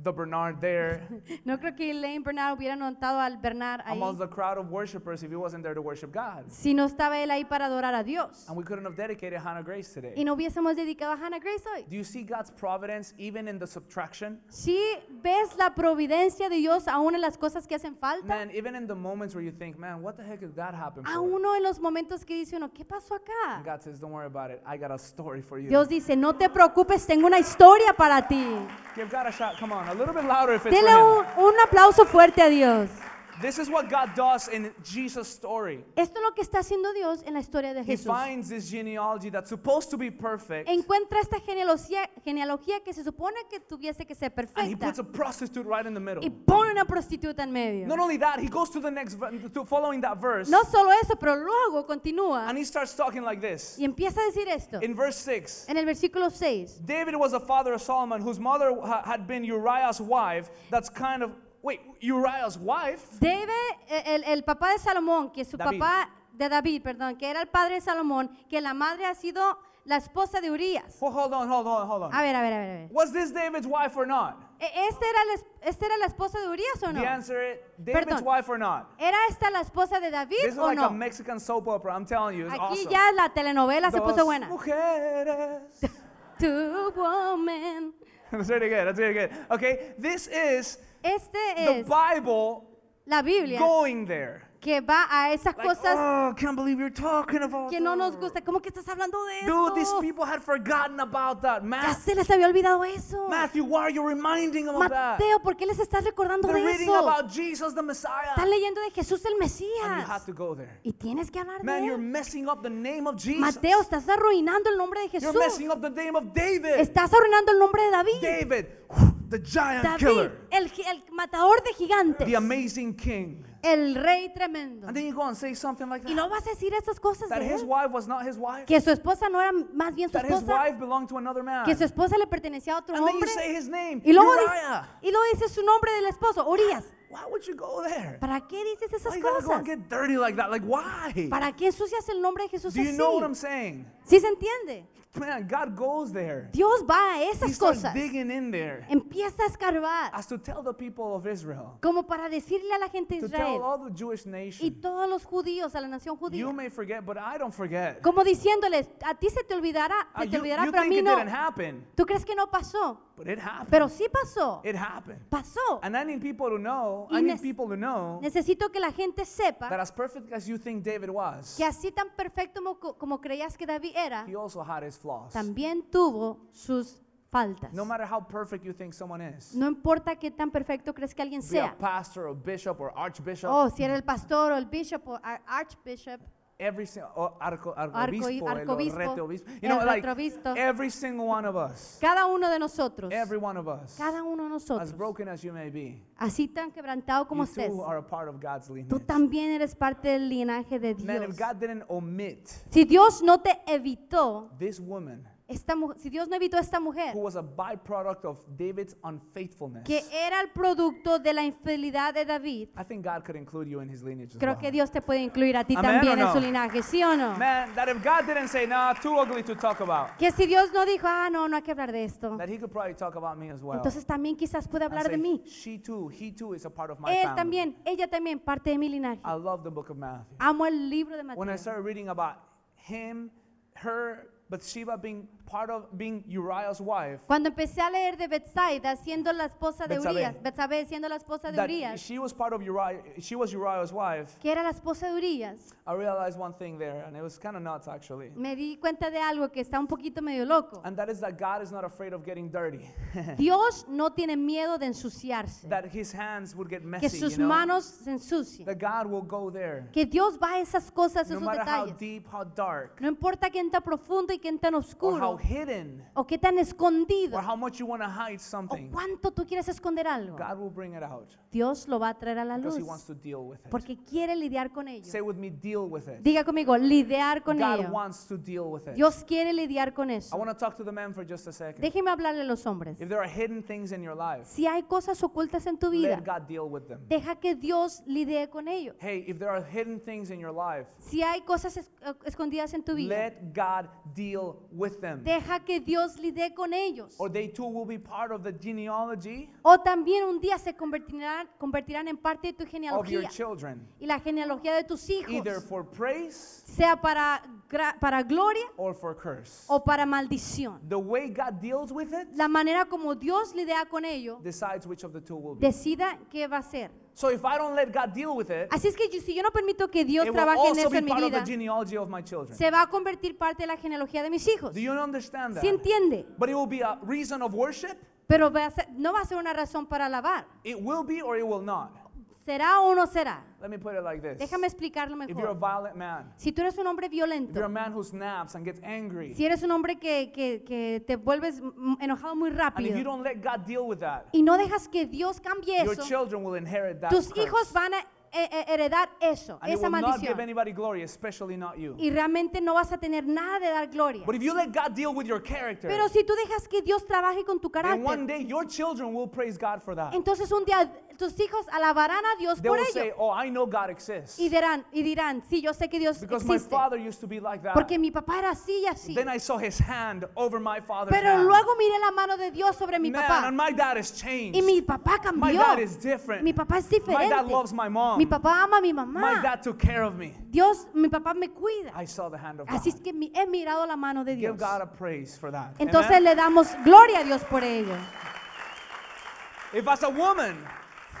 the Bernard there <laughs> No creo que Elaine Bernard hubiera notado al Bernard ahí amongst the crowd of worshipers if he wasn't there to worship God. si no estaba él ahí para adorar a Dios. And we couldn't have dedicated Hannah Grace Y today. no hubiésemos dedicado a Hannah Grace hoy. Do you see God's providence even in the subtraction? Si ves la providencia de Dios aún en las cosas que hacen falta, Man, even in the moments where you think, man, what the heck did that happen a for? uno en los momentos que dice uno, ¿qué pasó And acá? God says, don't worry about it. I got a story for you. Dios dice, no te preocupes, tengo una historia para ti. Give God a shout. Come on, a little bit louder if it's for Dele him. un, un aplauso fuerte a Dios. This is what God does in Jesus' story. Esto es lo que está haciendo Dios en la historia de He Jesús. finds this genealogy that's supposed to be perfect, Encuentra esta genealogía, genealogía que se supone que tuviese que ser and he perfecta puts a prostitute right in the middle. y pone una prostituta en medio. Not only that, he goes to the next, ver- to following that verse, No solo eso, pero luego continúa and he starts talking like this. y empieza a decir esto. In verse 6, En el versículo 6, David was the father of Solomon, whose mother ha- had been Uriah's wife. That's kind of wait, Uriah's wife. David, eh, el, el papá de Salomón, que su David. papá de David, perdón, que era el padre de Salomón, que la madre ha sido la esposa de Urias. Well, hold on, hold on, hold A on. ver, a ver, a ver. a ver. Was this David's wife or not? E- ¿Este era, la, es- ¿Esta era la esposa de Urias o no? The answer is David's Perdón. wife or not. ¿Era esta la esposa de This David is o like a no? Mexican soap opera. I'm telling you, it's Aquí awesome. ya la telenovela se puso Dos buena. mujeres. <laughs> Two women. That's really good. That's really good. Okay, this is Este the es Bible la Biblia going there. que va a esas Like, cosas oh, can't believe you're talking about que no nos that. gusta. ¿Cómo que estás hablando de Dude, these esto? people had forgotten about that. Ya Matthew, se les había olvidado eso. Matthew, why are you reminding them of that? Mateo, ¿por qué les estás recordando They're de reading eso? about Jesus the Messiah. Estás leyendo de Jesús el And you have Mesías. to go there. Y tienes que hablar Man, de you're él. messing up the name of Jesus. Mateo, estás arruinando el nombre de You're Jesús. messing up the name of David. Estás arruinando el nombre de David. David, the giant David, killer, el, gi- el matador de gigantes. the amazing king. El rey tremendo. And then you go and say something like that. Y no vas a decir estas cosas That de his él. wife was not his wife. Que su esposa no era más bien su That his esposa. wife belonged to another man. Que su esposa le pertenecía a otro And then you hombre. say his name, Y luego, dice, Uriah. y luego dice su nombre del esposo, Urias. Why would you go there? ¿Para qué dices Why esas you gotta go cosas? and get dirty like that? Like why? ¿Para qué ensucias el nombre de Jesús Do you know what I'm así? saying? ¿Sí se entiende? Man, God goes there. Dios va a He esas starts cosas. digging in there Empieza a escarbar as to tell the people of Israel, como para decirle a la gente de to tell Israel all the Jewish y nation, todos los judíos, a la nación you judía, may forget, but I don't forget. como diciéndoles, a ti se te olvidará, Uh, se te you, olvidará, you pero a think mí it no. didn't happen, Tú crees que no pasó, but it happened. pero sí pasó. It happened. Pasó. And I need people to know, Y I need nes- people to know Necesito que la gente that sepa as perfect as you think David was, que así tan perfecto mo- co- como creías que David era, he also had his flaws. también tuvo sus faltas. No matter how perfect you think someone is, No importa qué tan perfecto crees que alguien be a sea. pastor or bishop or archbishop, Oh, si era el pastor o el bishop o ar- archbishop. every single or arco, Arco- arcobispo, el arcobispo, reteobispo. you el know, like retrovisto. every single one of us, Cada uno de nosotros, every one of us, cada uno de as nosotros, broken as you may be, así tan quebrantado como you estés, too are a part of God's tú lineage. también eres parte del linaje de Man, if Dios. God didn't omit Si Dios no te evitó, this woman esta mu- si Dios no evitó a esta mujer, who was a byproduct of David's unfaithfulness, que era el producto de la infidelidad de David, I think God could include you in his lineage as creo well. que Dios te puede incluir a ti Amén o también en no? su linaje, ¿sí o no? Man, that if God didn't say, nah, too ugly to talk about, Que si Dios no dijo, ah, no, no hay que hablar de esto, that he could probably talk about me as well. entonces también quizás puede and hablar say, de mí. She too, he too is a part of my Él family. también, ella también, parte de mi linaje. I love the book of Matthew. Amo el libro de When I Mateo. started reading about him, her, Bathsheba being part of being Uriah's wife, Cuando empecé a leer de Bethsaida siendo la esposa de Betsabé. Urias, Betsabé siendo la esposa de that Urias, she was part of Uriah, she was Uriah's wife, que era la esposa de Urias, I realized one thing there, and it was kind of nuts actually. me di cuenta de algo que está un poquito <laughs> medio loco. And that is that God is not afraid of getting dirty. Dios no tiene miedo de ensuciarse, that his hands would get messy, que sus you know? manos se ensucien, That God will go there. que Dios va a esas cosas, No esos matter how detalles. deep, how dark, No importa quién tan profundo y quién tan or how oscuro, hidden, o qué tan escondido, or how much you want to hide o something, cuánto tú quieres esconder algo, God will bring it out Dios lo va a traer a la because luz, he wants to deal with it. porque quiere lidiar con ello. Say with me, deal with it. Diga conmigo, lidiar con God ello. wants to deal with it. Dios quiere lidiar con I eso. want to talk to the men for just a second. Déjeme hablarle a los hombres. If there are hidden things in your life, Si hay cosas ocultas en tu vida, let God deal with them. deja que Dios lidie con ello. Hey, if there are hidden things in your life, Si hay cosas es- escondidas en eh, tu vida, let God deal with them. Deja que Dios lidie con ellos. Or they too will be part of the genealogy O también un día se convertirán, convertirán en parte de tu of your genealogía children, y la genealogía de tus hijos, either for praise sea para, gra- para gloria or for curse. o para maldición. The way God deals with it Oh. La manera como Dios lidia con ello, decides which of the two will be. decida qué va a ser. So if I don't let God deal with it, Así es que yo- si yo no permito que Dios it will trabaje en also eso be en mi part of the vida, genealogy of my children. se va a convertir parte de la genealogía de mis hijos. Do you understand ¿Sí that? entiende? But it will be a reason of worship. Pero va a ser- no va a ser una razón para alabar. It will be or it will not. ¿Será o no será? Let me put it like this. Déjame explicarlo If you're a mejor. violent man, Si tú eres un hombre if you're a violento, man who snaps and gets angry, si eres un hombre que, que- que te vuelves mm, enojado muy and if you rápido don't let God deal with that, y no dejas que Dios cambie your eso, children will inherit that. tus curse. hijos van a eh, eh, heredar eso, and it esa will not give maldición. anybody glory, especially not you. Y realmente no vas a tener nada de dar gloria. But if you let God deal with your character, Pero si tú dejas que Dios trabaje con tu then one carácter, day your children will praise God for that. entonces un día tus hijos alabarán a Dios They por will say, ello "Oh, I know God exists y dirán, y dirán, sí, yo sé que Dios because my existe, father used to be like that." porque mi papá era así y así. Then I saw his hand over my father's Pero hand. luego miré la mano de Dios sobre mi um, Man, papá and my dad has changed. y mi my papá cambió. dad is different. Mi papá es My dad diferente. loves my mom. Mi papá ama a mi My mamá. dad took care of me. Dios, mi papá me cuida. I saw the hand of God. Así es que mi- he mirado la mano de Give Dios. God a praise for that. Entonces Amen? le damos gloria a Dios por ello. If as a woman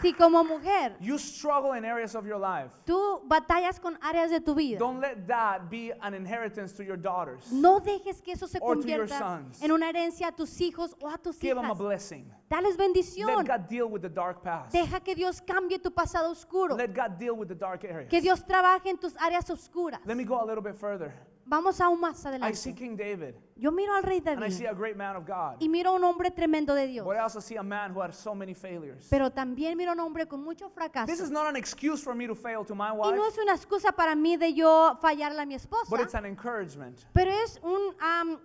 Si como mujer you struggle in areas of your life, tú batallas con áreas de tu vida, don't let that be an inheritance to your daughters. No dejes que eso se Or to your convierta sons. en una herencia a tus hijos o a tus Give them a hijas. blessing. Dales Let bendición. God deal with the dark past. Deja que Dios cambie tu pasado oscuro. Let God deal with the dark areas. Que Dios trabaje en tus áreas oscuras. Let me go a little bit further. Vamos aún más I see adelante. King David, Yo miro al rey and I see David a great man of God. y miro a un hombre tremendo de Dios. But I also see a man who had so many failures. Pero también miro a un hombre con mucho This is fracaso. not an excuse for me to fail to my Y wife, no es una excusa para mí de yo fallarle a mi esposa. but it's an encouragement. Pero es un... am,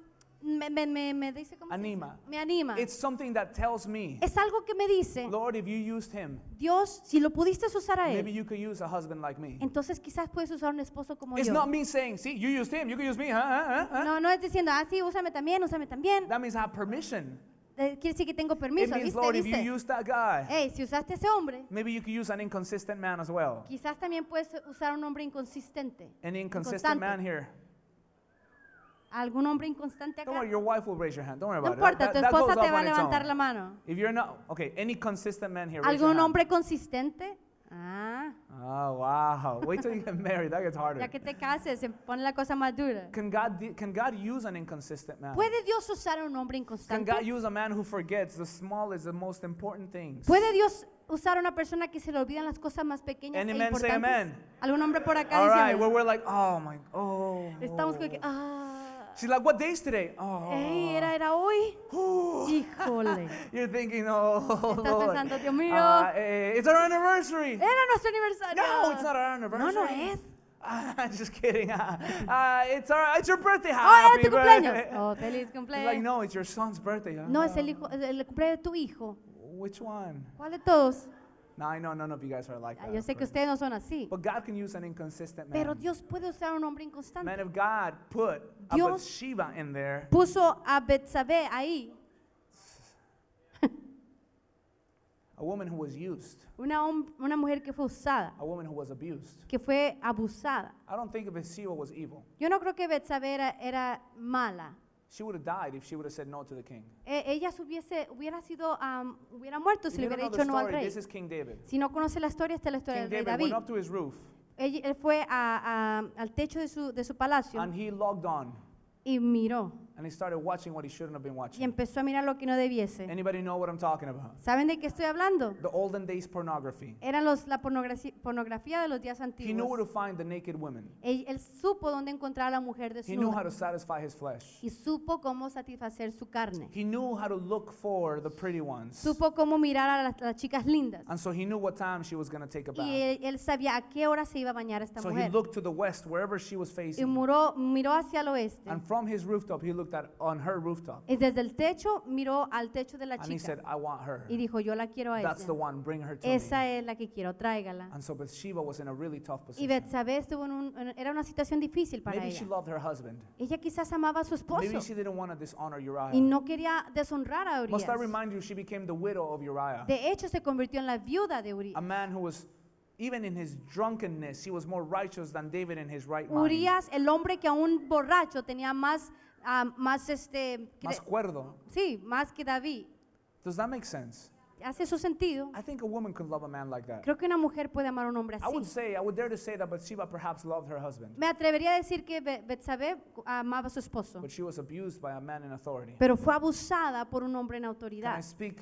me, me- me- me dice cómo se dice? Anima. Me anima. It's something that tells me, Es algo que me dice, Lord, if you used him, Dios, si lo pudiste usar a él, maybe you could use a husband like me. Entonces quizás puedes usar un esposo como It's yo. not me saying, see, you used him, you can use me, huh, huh, huh, huh." no, no es diciendo, ah, sí, úsame también, úsame también. That means I have permission. Eh, quiere decir que tengo It permiso, means, ¿viste? Lord, if you ¿viste? Eh. use that guy, Ey, si usaste a ese hombre, maybe you could use an inconsistent man as well. quizás también puedes usar un hombre inconsistente. An inconsistent Inconstante. man here. Algún hombre inconstante acá. Don't worry, your wife will raise your hand. Don't worry No about it. importa, That- tu that goes esposa up te va a on its levantar own. la mano. If you're not okay, any consistent man here. raise your ¿Algún hand. hombre consistente? Ah, Oh wow! <laughs> Wait till you get married. That gets harder. ya que te cases, se pone la cosa más dura. Can God de- can God use an inconsistent man? ¿Puede Dios usar a un hombre Can inconstante? God use a man who forgets the smallest, the most important things? ¿Puede Dios usar a una persona que se le olvidan las cosas más pequeñas Any e man say importantes? amen? ¿Algún hombre por acá All right, diciendo? where we're like, oh my, oh. Estamos como que, ah, She's like, what day's today? Oh. ey, era, era hoy. Híjole. You're thinking, <laughs> oh. <laughs> Estás Lord. pensando, Dios mío. Ah, eh, it's our anniversary. Era nuestro aniversario. No, it's not our anniversary. No, Eh, no es. Ah, <laughs> just kidding. Ah, ah, it's our, it's your birthday. Oh, era Happy tu cumpleaños. birthday. <laughs> Oh, feliz It's like, cumpleaños. no, it's your son's birthday. huh? No, es el, hijo, es el cumpleaños de tu hijo. Which one? ¿Cuál de todos? No, I know none of you guys are like Ah, that. Yo sé que ustedes no son así. But God can use an inconsistent man. Pero Dios puede usar a un hombre Man, inconstante. if God put a Dios- Bathsheba in there, Puso a Betsabé ahí, a woman who was used, una, hom- una mujer que fue usada, a woman who was abused. que fue abusada. I don't think Bathsheba was evil. Yo no creo que Betsabé era, era mala. She would have died if she would have said no to the king. Eh, ella se hubiese, hubiera sido, am, hubiera muerto If si le you don't hubiera know dicho the no al story, rey. this is King David. Si no conoce la historia, esta es la historia King del David rey went David. up to his roof Él, él fue a- a- al techo de su, de su palacio and he logged on y miró and he started watching what he shouldn't have been y watching. empezó a mirar lo que no debiese. Anybody know what I'm talking about? ¿Saben de qué estoy hablando? The olden days pornography. Eran los, la pornografi- pornografía de los días He knew where to antiguos. find the naked women. Él, él supo dónde encontrar a la mujer He knew how desnuda to satisfy his flesh. y supo cómo satisfacer su carne. He knew how to look for the pretty ones. Supo cómo mirar a las, las chicas lindas And so he knew what time she was going to take a y bath. él, él sabía a qué hora se iba a bañar esta So he mujer. looked to the west, wherever she was Y facing. muró, miró hacia el oeste And from his rooftop, he looked at on her rooftop Y desde el techo miró al techo de la and he said, chica I want her. y dijo, yo la quiero a That's the ella. one. Bring her to Esa me. es la que quiero, tráigala. And so Bathsheba was in a really tough Y position. Betsabé estuvo en un, en- era una situación difícil para Maybe she ella. loved her husband. Ella quizás amaba a su esposo Maybe she didn't want to dishonor y Uriah. no quería deshonrar a Must I Urias. remind you, she became the widow of Uriah, De hecho, se convirtió en la viuda de a Urias. man who was, even in his drunkenness, he was more righteous than David in his right mind. Urias, el hombre que aún borracho tenía más, ah, más este, cre- Más cuerdo. sí, más que David. Does that make sense? ¿Hace su sentido? I think a woman could love a man like that. Creo que una mujer puede amar a un hombre I would así. say, I would dare to say that Bathsheba perhaps loved her husband, Me atrevería a decir que Be- Betsabé amaba a su esposo, but she was abused by a man in authority. pero fue abusada por un hombre en Can I autoridad. speak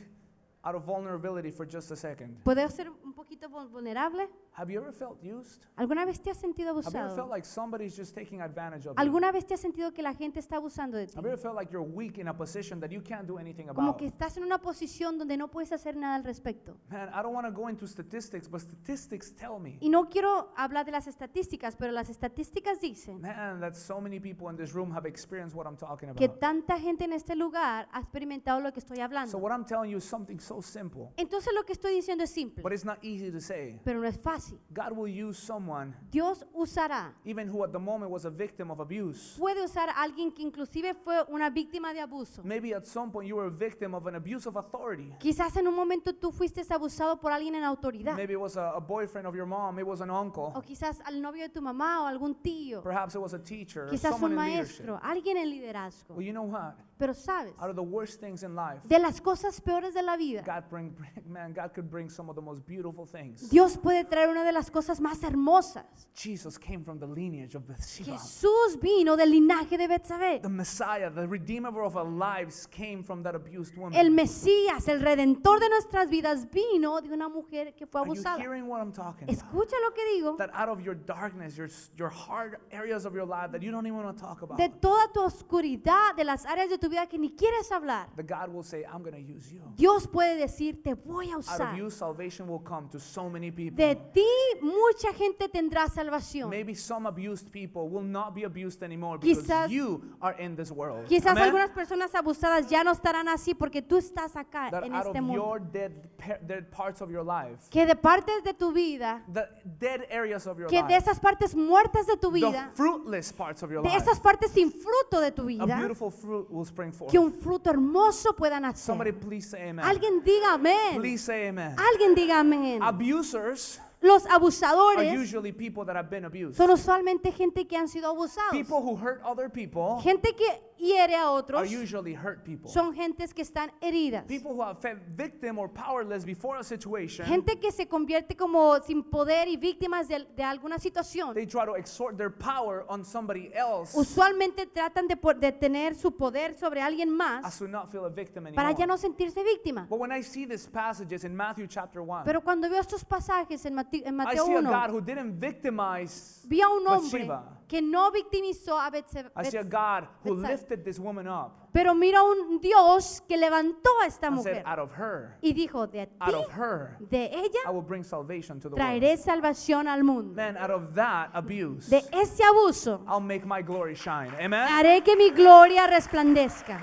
out of vulnerability for just a second? ¿Puedo ser un poquito vul- vulnerable? Have you ever felt used? ¿Alguna vez te has sentido Have you ever felt abusado? like somebody's just taking advantage of you? ¿Alguna vez te has sentido que la gente está abusando de ti? Have you ever felt like you're weak in a position that you can't do anything Como about? que estás en una posición donde no puedes hacer nada al respecto. Man, I don't want to go into statistics, but statistics tell me, Y no quiero hablar de las estadísticas, pero las estadísticas dicen man, that so many people in this room have experienced what I'm talking que about. tanta gente en este lugar ha experimentado lo que estoy So hablando. what I'm telling you is something so simple, Entonces lo que estoy diciendo es simple, but it's not easy to say. pero no es fácil. God will use someone, Dios usará, even who at the moment was a victim of abuse. puede usar a alguien que inclusive fue una víctima de abuso. Maybe at some point you were a victim of an abuse of authority. Quizás en un momento tú fuiste abusado por alguien en autoridad, Maybe it was a, a boyfriend of your mom, it was an o uncle, quizás al novio de tu mamá o algún tío, perhaps it was a teacher, or quizás un someone in leadership. maestro, alguien en liderazgo. Well, you know what? Pero sabes, Out of the worst things in life, de las cosas peores de la vida, God bring, <laughs> man, God could bring some of the most beautiful things. Dios puede traer una de las cosas más hermosas. Jesus came from the lineage of Bathsheba. Jesús vino del linaje de Betsabé. The Messiah, the Redeemer of our lives, came from that abused woman. El Mesías, el redentor de nuestras vidas, vino de una mujer que fue Are you abusada. hearing what I'm talking about? Escucha lo que digo. That out of your darkness, your, s- your hard areas of your life that you don't even want to talk about, De toda tu oscuridad, de las áreas de tu vida que ni quieres hablar, the God will say, I'm going to use you. Dios puede decir, te voy a Out of usar. you, salvation will come to so many people. De ti mucha gente tendrá salvación. Maybe some abused people will not be abused anymore because Quizás- you are in this world. Quizás Amen? algunas personas abusadas ya no estarán así porque tú estás acá that en out este of mundo. your dead, par- dead parts of your life, Que de partes de tu vida, the dead areas of your que de life, esas partes muertas de tu the vida, fruitless parts of your de life, esas partes sin fruto de tu a vida, beautiful fruit will spring forth. que un fruto hermoso pueda nacer. Somebody please say amen. Alguien diga amén. Please say amen. Alguien diga amén. Abusers Los are abusadores usually people that have been abused. son usualmente gente que han sido abusados. People who hurt other people Gente que hiere a are otros usually hurt people. son gentes que están heridas. People who have felt victim or powerless before a situation, Gente que se convierte como sin poder y víctimas de, de alguna situación. they try to exert their power on somebody else Usualmente tratan de, po- de tener su poder sobre alguien más as to not feel a victim para ya anymore. no sentirse víctima. But when I see these passages in Matthew chapter 1, Pero cuando veo estos pasajes en, Mati- en I Mateo see a God 1, who didn't victimize. vi a un hombre Bathsheba. que no victimizó a Betsabé, I see a God who Betsa- lifted this woman up pero mira a un Dios que levantó a esta and said, mujer out of her, y dijo, de ti, out of her, de I ella, will bring salvation to the world. traeré salvación al mundo. Man, out of that abuse, De Ah. ese abuso, I'll make my glory shine. Amen. haré que mi gloria resplandezca.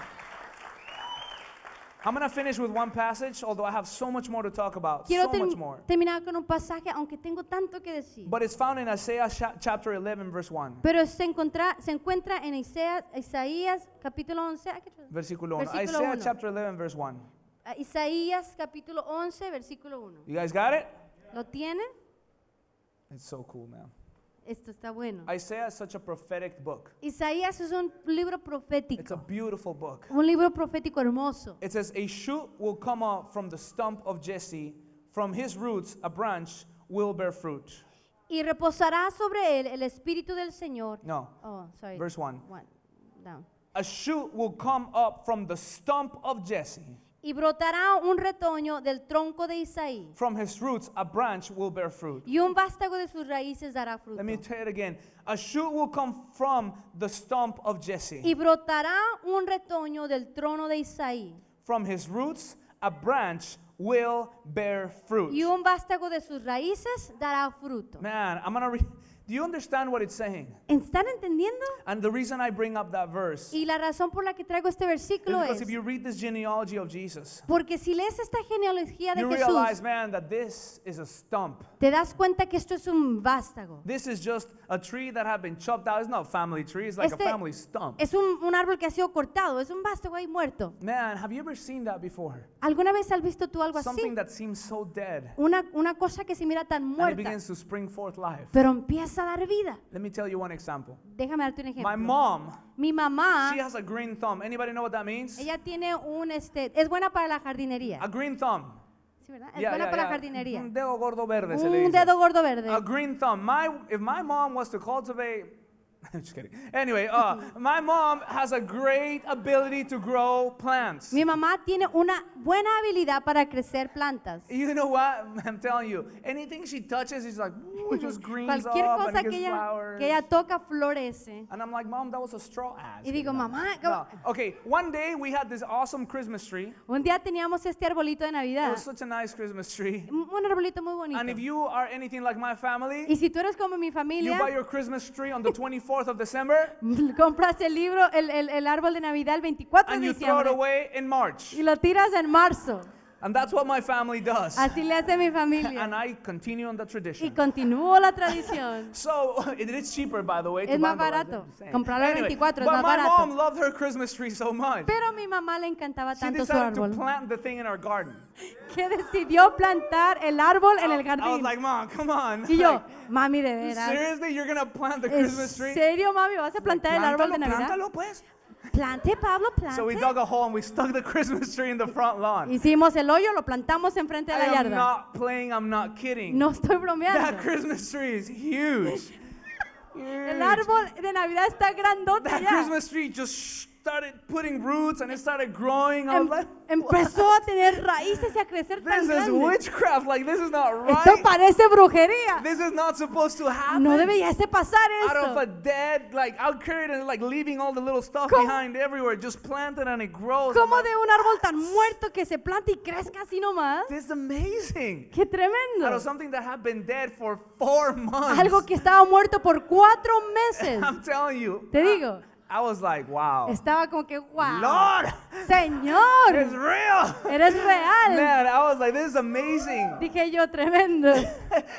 I'm gonna finish with one passage, although I have so much more to talk about. Quiero So termi- much more. terminar con un pasaje, aunque tengo tanto que decir. But it's found in Isaiah cha- chapter 11, verse 1. Pero se, encontra- se encuentra en Isaías, Isaías capítulo 11. ah, ¿qué tal? Versículo 1. Versículo Isaiah uno. chapter 11, verse 1. Ah, Isaías capítulo 11, versículo 1. You guys got it? ¿Lo tienen? It's so cool, man. Esto está bueno. Isaiah is such a prophetic book. Isaías es un libro It's a profético, beautiful book. un libro profético hermoso. It says, A shoot will come up from the stump of Jesse, from his roots, a branch will bear fruit. Y reposará sobre él el espíritu del Señor. No. Oh, sorry. Verse 1. One, down. A shoot will come up from the stump of Jesse. Y brotará un retoño del tronco de Isaí, From his roots, a branch will bear fruit. y un vástago de sus raíces dará fruto. Let me tell it again. A shoot will come from the stump of Y Jesse. brotará un retoño del trono de Isaí, From his roots, a branch will bear y fruit. un vástago de sus raíces dará fruto. Man, I'm going to read. Do you understand what it's saying? ¿Están entendiendo? And the reason I bring up that verse is Y la razón por la que traigo este versículo because es if you read this genealogy of Jesus, porque si lees esta genealogía de you realize, Jesús, man, that this is a stump. te das cuenta que esto es un vástago. This is just a tree that had been chopped out. It's not a family tree, it's like a Este- family stump. Es un, un árbol que ha sido cortado, es un vástago ahí muerto. Man, have you ever seen that before? ¿Alguna vez has visto tú algo así? Something that seems so dead Una, una cosa que se mira tan and it muerta, begins to spring forth life. pero empieza a dar vida. Let me tell you one example. Déjame darte un ejemplo. My mom, Mi mamá, she has a green thumb. Anybody know what that means? ella tiene un, este, es buena para la jardinería. A green thumb. Sí, ¿verdad? Es buena para la jardinería. Un dedo gordo verde se le Un dice. dedo gordo verde. A green thumb. My, if my mom was to cultivate, <laughs> I'm just kidding. Anyway, <laughs> uh, my mom has a great ability to grow plants. Mi mamá tiene una buena habilidad para crecer plantas. You know what? <laughs> I'm telling you, anything she touches, it's like, ooh, it just greens Cualquier up and cosa it que gets ella, flowers. que ella toca florece. And I'm like, Mom, that was a straw ass. Y digo, "Mamá, No. ¿cómo-" Okay, one day we had this awesome Christmas tree. Un día teníamos este arbolito de It Navidad. was such a nice Christmas tree. Un un arbolito muy And if bonito. you are anything like my Y family, si tú eres como mi you familia, buy your Christmas tree <laughs> on the 24th of December compras el libro, el, el- el árbol de Navidad el 24 and de you throw it diciembre away in March. y lo tiras en marzo. And that's what my family does. Así le hace mi And familia. I continue on the Y tradition. continúo la tradición. So <laughs> it is cheaper, by the way. to Es más buy the- barato. I'm saying. Comprarlo al 24 es but más my barato. mom loved her Christmas tree so much. Pero a mi mamá le encantaba She tanto su decided to árbol plant the thing in our garden. que decidió plantar el árbol en el I was jardín. like, Mom, come on. Y yo, Like, mami, de veras. seriously, you're gonna plant the ¿En Christmas tree? serio, mami? ¿Vas a plantar el árbol de Plántalo, Navidad? Ah, plántalo, pues. Plante, Pablo, So we plante. dug a hole and we stuck the <laughs> Christmas tree in the front lawn. Hicimos el hoyo, lo plantamos enfrente de I la am yarda. not playing, I'm not kidding. No estoy That bromeando. Christmas tree is huge. <laughs> El Huge. árbol de Navidad está grandote That ya. Christmas tree just started putting roots and it started growing. I was Em- like, empezó a tener raíces y a crecer tan this is grande. witchcraft. Like, this is not Esto right. parece brujería. This is not supposed to happen. No deberíase pasar out of a eso. dead, like out carried and like leaving all the little stuff ¿Cómo? behind everywhere, just planted and it grows. I'm ¿Cómo like, de un árbol tan muerto que se planta y crezca así nomás? This is amazing. ¡Qué Out of tremendo! something that had been dead for four months. Algo que estaba muerto por cuatro meses. <laughs> I'm telling you. Te digo, I was like, wow. estaba como que, wow, Lord, it's señor, real. eres real. Man, I was like, this is amazing. <laughs> Dije yo, tremendo.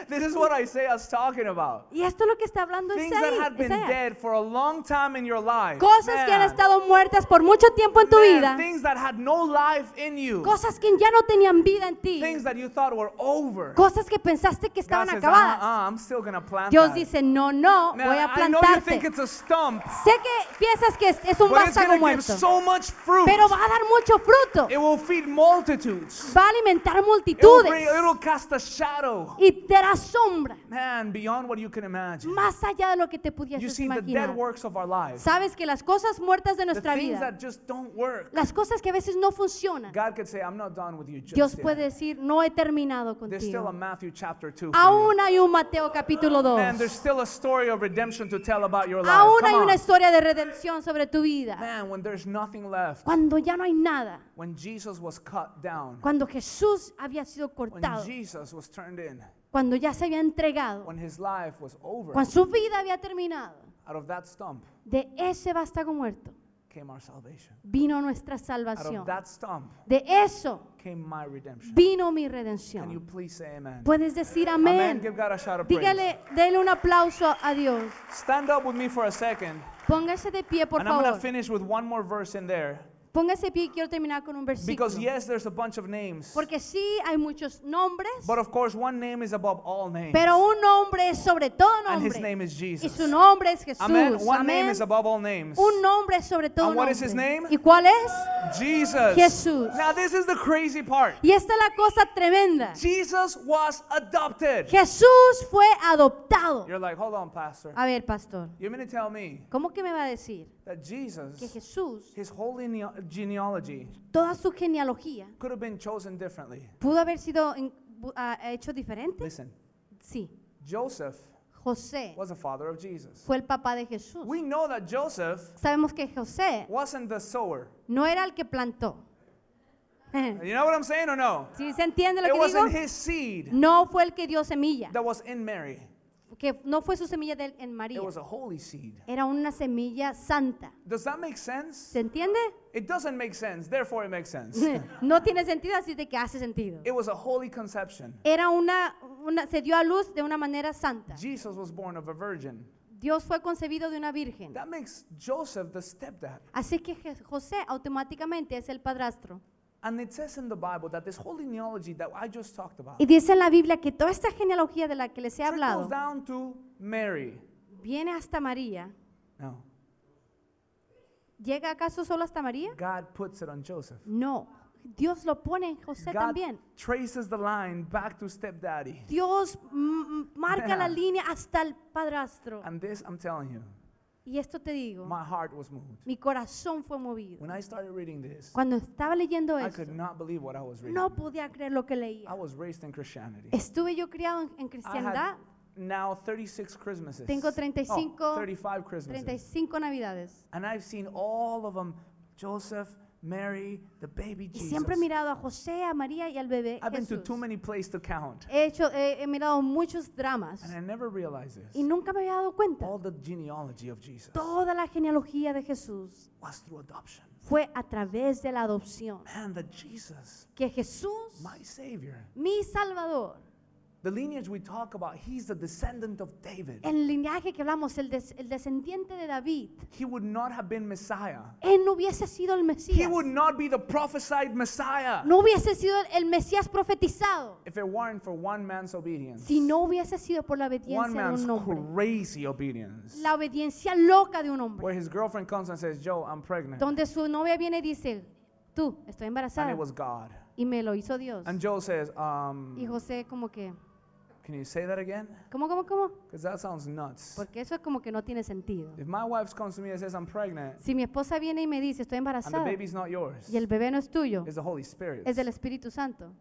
this is what Isaiah's talking about. Y esto es lo que está hablando Things that Isaí- had been Isaías. dead for a long time in your life. Cosas que han Man, estado muertas por mucho tiempo en tu man, vida. Things that had no life in you. Cosas que ya no tenían vida en ti. Things that you thought were over. Cosas que pensaste que God estaban says, acabadas. "Uh-uh, I'm still gonna plant Dios that." dice, no, no, Now, voy a I know you plantarte. think it's a stump, Sé que piensas que es, es un but it's vástago gonna give muerto, so much fruit. pero va a dar mucho fruto. It will feed multitudes. Va a alimentar It will, bring- multitudes it will cast a shadow. y te dará sombra Man, beyond what you can imagine. más allá de lo que te You pudieses see the dead imaginar. works of our lives. Sabes que las cosas muertas de The nuestra things vida, that just don't work. las cosas que a veces no funcionan, God could say, I'm not done with you just Dios yet." puede decir, no he terminado There's still a contigo. Matthew chapter 2 for you. Aún hay un Mateo capítulo 2. Man, there's still a story of redemption to tell about your life. Aún Come hay una on. historia de redención sobre tu vida. Man, when there's nothing left, Cuando ya no hay nada, when Jesus was cut down, cuando Jesús había sido when cortado, Jesus was turned in, cuando ya se había entregado, when his life was over, cuando su vida había terminado, out of that stump de ese vástago muerto came our salvation. vino nuestra Out of salvación. that stump De eso came my redemption. vino mi Can you redención. please say amen? Puedes decir Amen. amén. Give God a shout of praise. Dígale, dele un aplauso a Dios. Stand up with me for a second, Póngase de pie, por and I'm going favor. to finish with one more verse in there. Póngase de pie y quiero terminar con un Because, versículo. yes, there's a bunch of names, Porque sí, hay muchos nombres, but of course, one name is above all names, pero un nombre es sobre todo and his name nombre. is Y Jesus. su nombre es Jesús. Amen. One name Amén. is above all names. Un nombre es sobre todo And what is his nombre. name? ¿Y cuál es? Jesus. Jesús. Now, this is the crazy part. Y esta es la cosa tremenda. Jesus was adopted. Jesús fue adoptado. You're like, hold on, Pastor. A ver, pastor, You mean to tell me ¿cómo que me va a decir that que Jesus, Jesús, his whole genea- genealogy, toda su genealogía, could have been chosen differently? pudo haber sido en- bu- ah, hecho diferente? Listen, Sí. Joseph José was the father of Jesus. fue el papá de Jesús. We know that Joseph Sabemos que José wasn't the sower. no era el que plantó. <laughs> You know what I'm saying or no? ¿Sí se entiende lo It que digo? wasn't his seed No fue el que dio semilla, that was in Mary. que no fue su semilla de él en María, It was a holy seed. era una semilla santa. Does that make sense? ¿Se entiende? <laughs> It doesn't make sense, therefore it makes sense. no tiene sentido, así de que hace sentido. It was a holy conception. Era una, una, se dio a luz de una manera santa. Jesus was born of a virgin. Dios fue concebido de una virgen. That makes Joseph the stepdad. Así que Je- José automáticamente es el padrastro. And it says in the Bible that this whole genealogy that I just talked about Y dice en la Biblia que toda esta genealogía de la que les he trickles hablado down to Mary. viene hasta María. No, ¿Llega acaso solo hasta María? God puts it on Joseph. No. Dios lo pone en José God también. traces the line back to stepdaddy. Dios mm, marca Yeah. la línea hasta el padrastro. And this, I'm telling you, Y esto te digo, my heart was moved. mi corazón fue movido. When I started reading this, Cuando estaba leyendo I esto, could not believe what I was reading. no podía creer lo que I leía. was raised in Christianity. Estuve yo criado en, en I had cristiandad now 36 Christmases. Tengo Oh, 35 35 Christmases. 35 navidades. And I've seen all of them Joseph, Mary, the baby Y Jesus. siempre he mirado a José, a María y al bebé I've been to Jesús. too many places to count. He, hecho, he, he mirado muchos dramas And I never realized y this. nunca me había dado cuenta. All the genealogy of Jesus Toda la genealogía de Jesús was through adoption. fue a través de la adopción. Man, that Jesus, Que Jesús, my Savior, mi Salvador, the lineage we talk about, he's the descendant of David. el linaje que hablamos, el, des- el descendiente de David, He would not have been Messiah. él no hubiese sido el He Mesías. would not be the prophesied Messiah No hubiese sido el- el Mesías profetizado if it weren't for one man's obedience. si no hubiese sido por la One obediencia de man's un hombre. crazy obedience. La obediencia loca de un hombre. Where his girlfriend comes and says, Joe, I'm pregnant. Donde su novia viene y dice, tú, estoy And embarazada. it was God. Y me lo hizo Dios. And Joe says, Y um, José como que, can you say that again? ¿cómo, cómo, cómo? Because that sounds nuts. Porque eso es como que no tiene sentido. If my wife comes to me and says, I'm pregnant, Si mi esposa viene y me dice, estoy and the embarazada, baby's not yours, y el bebé no es tuyo, it's the Holy Spirit. es del <laughs> Espíritu Santo.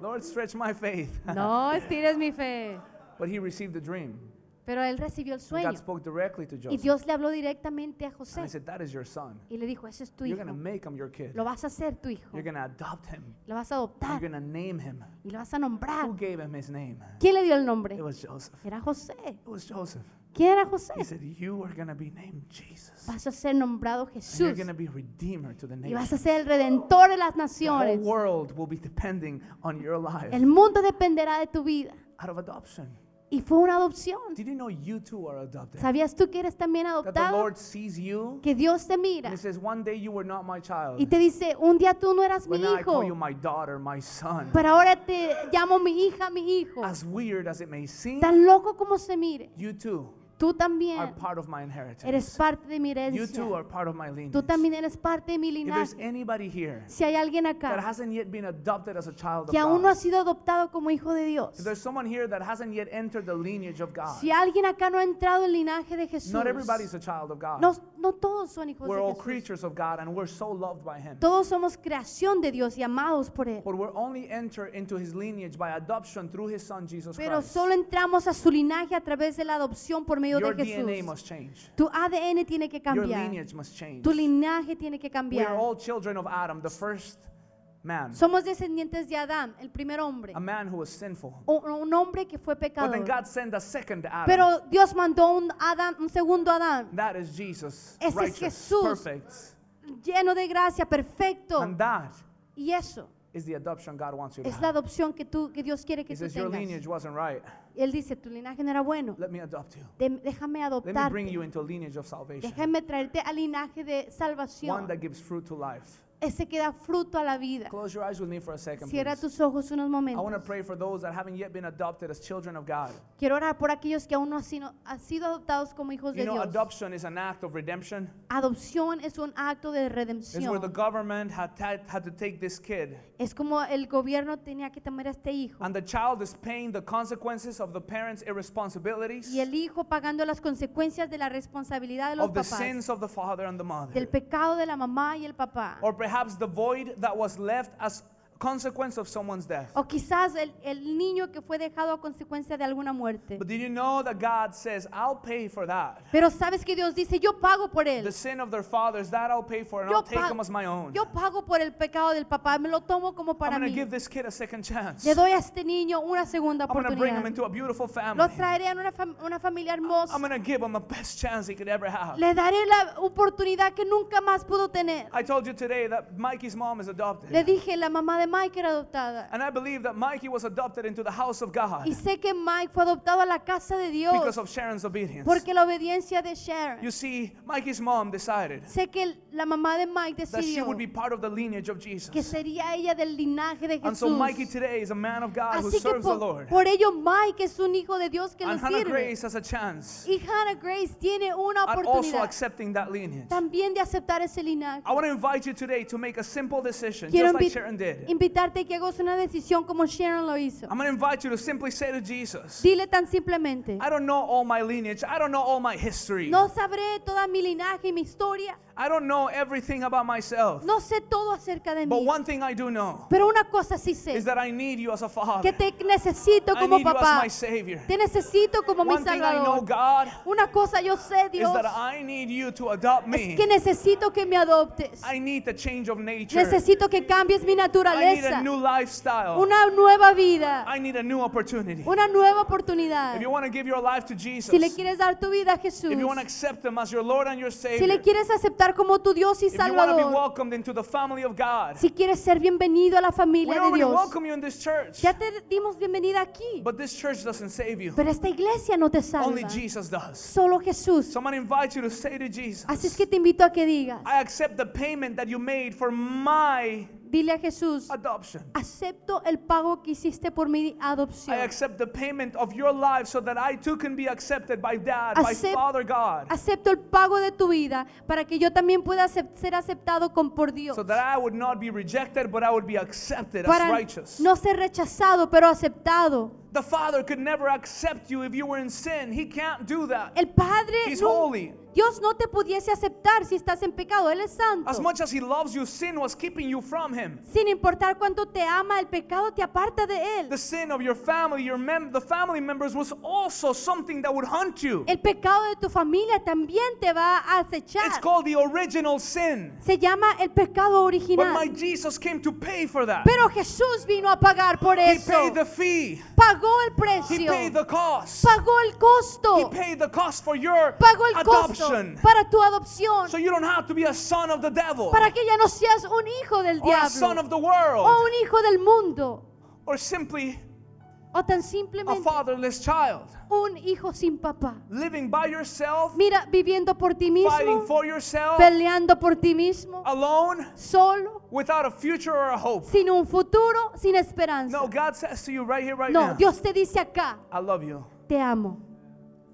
Lord, stretch my faith. No estires mi fe. But he received the dream. Pero él recibió el And sueño. God spoke directly to Y Joseph. Dios le habló directamente a And he José. said, That is your son. Y le dijo, ese es tu You're hijo. going to make him your kid. Lo vas a hacer tu hijo. You're going to adopt him. Lo vas a You're adoptar. going to name him. Y lo vas a Who nombrar. gave him his name? ¿Quién le dio el nombre? It was Joseph. Era José. It was Joseph. ¿Quién era José? He said, You are going to be named Jesus. Vas a ser nombrado And you're Jesús. going to be redeemer to the Y vas a nations. ser el redentor de las The whole naciones. world will be depending on your life El mundo dependerá de tu vida. out of adoption. Y fue una adopción. Did you know you too are adopted? ¿Sabías tú que eres también That the adoptado? Lord sees you Que Dios te and mira He says, One day you were not my child, y te dice, un día tú no eras but mi now I call you hijo, my daughter, my son. pero ahora te llamo mi hija, mi hijo. As weird as it may seem, Tan loco como se mire, you too tú are también part of my eres inheritance. parte de mi You too herencia. are part of my lineage. Tú también eres parte de mi If there's linaje. anybody here Si hay alguien that acá hasn't yet been adopted as a child of que aún no ha God, sido adoptado como hijo de Dios, if there's someone here that hasn't yet entered the lineage of God, si alguien acá no ha entrado en el linaje de Jesús, not everybody's a child of God. no, no todos son hijos We're all de Jesús. creatures of God and we're so loved by Him. Todos somos creación de Dios y amados por Él. But we're only entered into His lineage by adoption through His Son Jesus Pero Christ. solo entramos a su linaje a través de la adopción por medio Your de DNA Jesús. must change. Tu ADN tiene que Your cambiar. lineage must change. Tu linaje tiene que We are cambiar. all children of Adam, the first man, Somos descendientes de Adán, el primer hombre. a man who was sinful. Un, un hombre que fue But then pecador. God sent a second Adam. Pero Dios mandó un Adán, un segundo Adán, That is Jesus, Ese es righteous, Jesús. perfect. lleno de gracia, perfecto. And that Y eso is the adoption God wants you to es la have. adopción que tú, que Dios quiere He que tú says, Your tengas. lineage wasn't right. Él dice, tu linaje no era bueno. Let me adopt you. De- déjame Let me bring adoptarte. you into a lineage of salvation. Déjame traerte al linaje de One salvación. that gives fruit to life. Ese que da fruto a la vida. Close your eyes with me for a second. Cierra Please. tus ojos unos I want to momentos. pray for those that haven't yet been adopted as children of God. Quiero orar por aquellos que aún no han sido, han sido adoptados como hijos You de know, Dios. adoption is an act of redemption. Adopción es un acto de It's where the redención. government had, ta- had to take this kid, Es como el gobierno tenía que tomar a este hijo. and the child is paying the consequences of the parents' irresponsibilities, Y el hijo pagando las consecuencias de la responsabilidad de los of the papás, sins of the father and the del mother, pecado de la mamá y el papá. or perhaps the void that was left as consequence of someone's death. O quizás el, el niño que fue dejado a consecuencia de alguna muerte. But did you know that God says, I'll pay for that? Pero sabes que Dios dice, yo pago por él. The sin of their fathers, that I'll pay for, and Yo, I'll take pa- them as my own. yo pago por el pecado del papá, me lo tomo como I'm para going mí. to give this kid a second chance. Le I'm doy a este niño una segunda going to bring him oportunidad. into a beautiful Lo family. traeré a una, fam- una familia I'm hermosa. going to give him the best chance he could ever have. Le daré la oportunidad que nunca más pudo tener. I told you today that Mikey's mom is Le adopted. dije, la mamá de Mike era adoptada. And I believe that Mikey was adopted into the house of God Y sé que Mike fue adoptado a la casa de because Dios of Sharon's obedience. porque la obediencia de You Sharon. see, Mikey's mom decided Sé que el- la mamá de Mike that she decidió would be part of the lineage of que Jesus. sería ella del linaje de And so Mikey Jesús. today is a man of God who Así que serves the por, Lord. por ello Mike es un hijo de Dios que le And Hannah sirve. Grace has a chance Y Hannah Grace tiene una at also oportunidad accepting that lineage. también de aceptar ese linaje. I want to invite you today to make a simple decision, Quiero just like invi- Sharon did. invitarte que hagas una decisión como Sharon lo hizo. I'm going to invite you to simply say to Jesus, Dile tan simplemente, I don't know all my lineage. I don't know all my history. no sabré toda mi linaje y mi historia, I don't know everything about myself. no sé todo acerca de But mí, one thing I do know pero una cosa sí sé, is that I need you as a que father. te necesito I como need you as papá, my savior. te necesito como mi One thing I know, salvador. God, Una cosa yo sé, is Dios, that I need you to adopt me. es que necesito que me adoptes, I need the change of nature. necesito que cambies mi I need a naturaleza, new lifestyle. una nueva vida, I need a new opportunity. una nueva oportunidad. If you want to give your life to Jesus, Si le quieres dar tu vida a Jesús, if you want to accept Him as your Lord and your si Savior, le quieres aceptar como tu Dios y if you want to be Salvador, welcomed into the family of God, si quieres ser bienvenido a la we familia de already Dios, welcome you in this church. ya te dimos bienvenida aquí, But this church doesn't save you. pero esta iglesia no te Only salva, Jesus does. solo Jesús. So I'm going to invite you to say to Jesus, Así es que te invito a que digas, I accept the payment that you made for my dile a Jesús, adoption. acepto el pago que hiciste por mi I adopción, accept the payment of your life so that I too can be accepted by dad, by Acep- Father God, acepto el pago de tu vida para que yo también pueda acep- ser aceptado con por Dios, so that I would not be rejected, but I would be accepted as para righteous. no ser rechazado, pero aceptado. The Father could never accept you if you were in sin. He can't do that. El Padre, He's nun- holy. Dios no te pudiese aceptar si estás en pecado. Él es santo. As much as He loves you, sin was keeping you from Him. Sin importar cuánto te ama, el pecado te aparta de Él. The sin of your family, your mem- the family members was also something that would hunt you. El pecado de tu familia también te va a It's acechar. called the original sin. Se llama el pecado But original. my Jesus came to pay for that. Pero Jesús vino a pagar por He eso. paid the fee. Pagó el He precio. paid the cost. Pagó el He costo. paid the cost for your Pagó el costo adoption. para tu adopción. So you don't have to be a son of the devil Para que ya no seas un hijo del or a son diablo Oh, of the world o un hijo del mundo or simply o tan a simplemente fatherless child un hijo sin papá. living by yourself, Mira, viviendo por ti fighting mismo, for yourself, peleando por ti mismo, alone, solo, without a future or a hope. sin un futuro, sin esperanza. No, God says to you right here, right No, now, Dios te dice acá, I love you. te amo.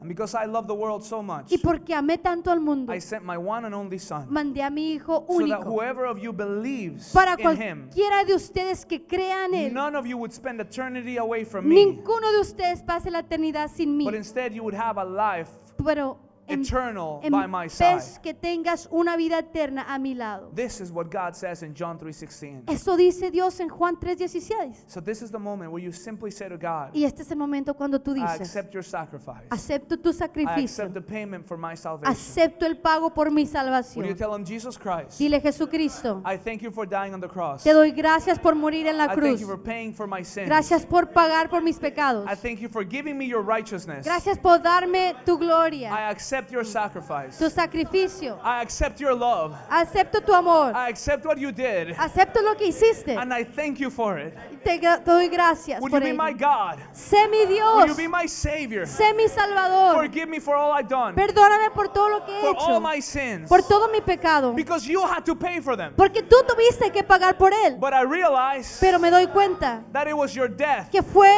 And because I love the world so much, Y porque amé tanto al mundo, I sent my one and only son mandé a mi hijo so that único. whoever of you believes Para in him, cualquiera de ustedes que crean en él, none of you would spend eternity away from me, ninguno de ustedes pase la eternidad sin mí. but instead you would have a life Pero en, eternal en by my side. vez que tengas una vida eterna a mi lado. This is what God says in John 3:16. Eso dice Dios en Juan 3:16. So this is the moment where you simply say to God, Y este es el momento cuando tú I dices, accept your sacrifice. acepto tu I sacrificio. accept the payment for my salvation. acepto el pago por mi Would you salvación. tell him Jesus Christ? Dile Jesucristo, I thank you for dying on the cross. te doy gracias por morir en la I thank cruz. you for paying for my sins. Gracias por pagar por mis pecados. I thank you for giving me your righteousness. Gracias por darme tu gloria, I accept your sacrifice. tu sacrificio. I accept your love. Acepto tu amor. I accept what you did. Acepto lo que hiciste. And I thank you for it. Y Te gra- te doy gracias Would you por be ello. my God? Sé mi Would Dios. you be my Savior? Sé mi Salvador. Forgive me for all I've done, Perdóname por todo lo que he for all hecho. my sins, Por todo mi pecado. because you had to pay for them. Porque tú tuviste que pagar por él. But I realize Pero me doy cuenta that it was your death que fue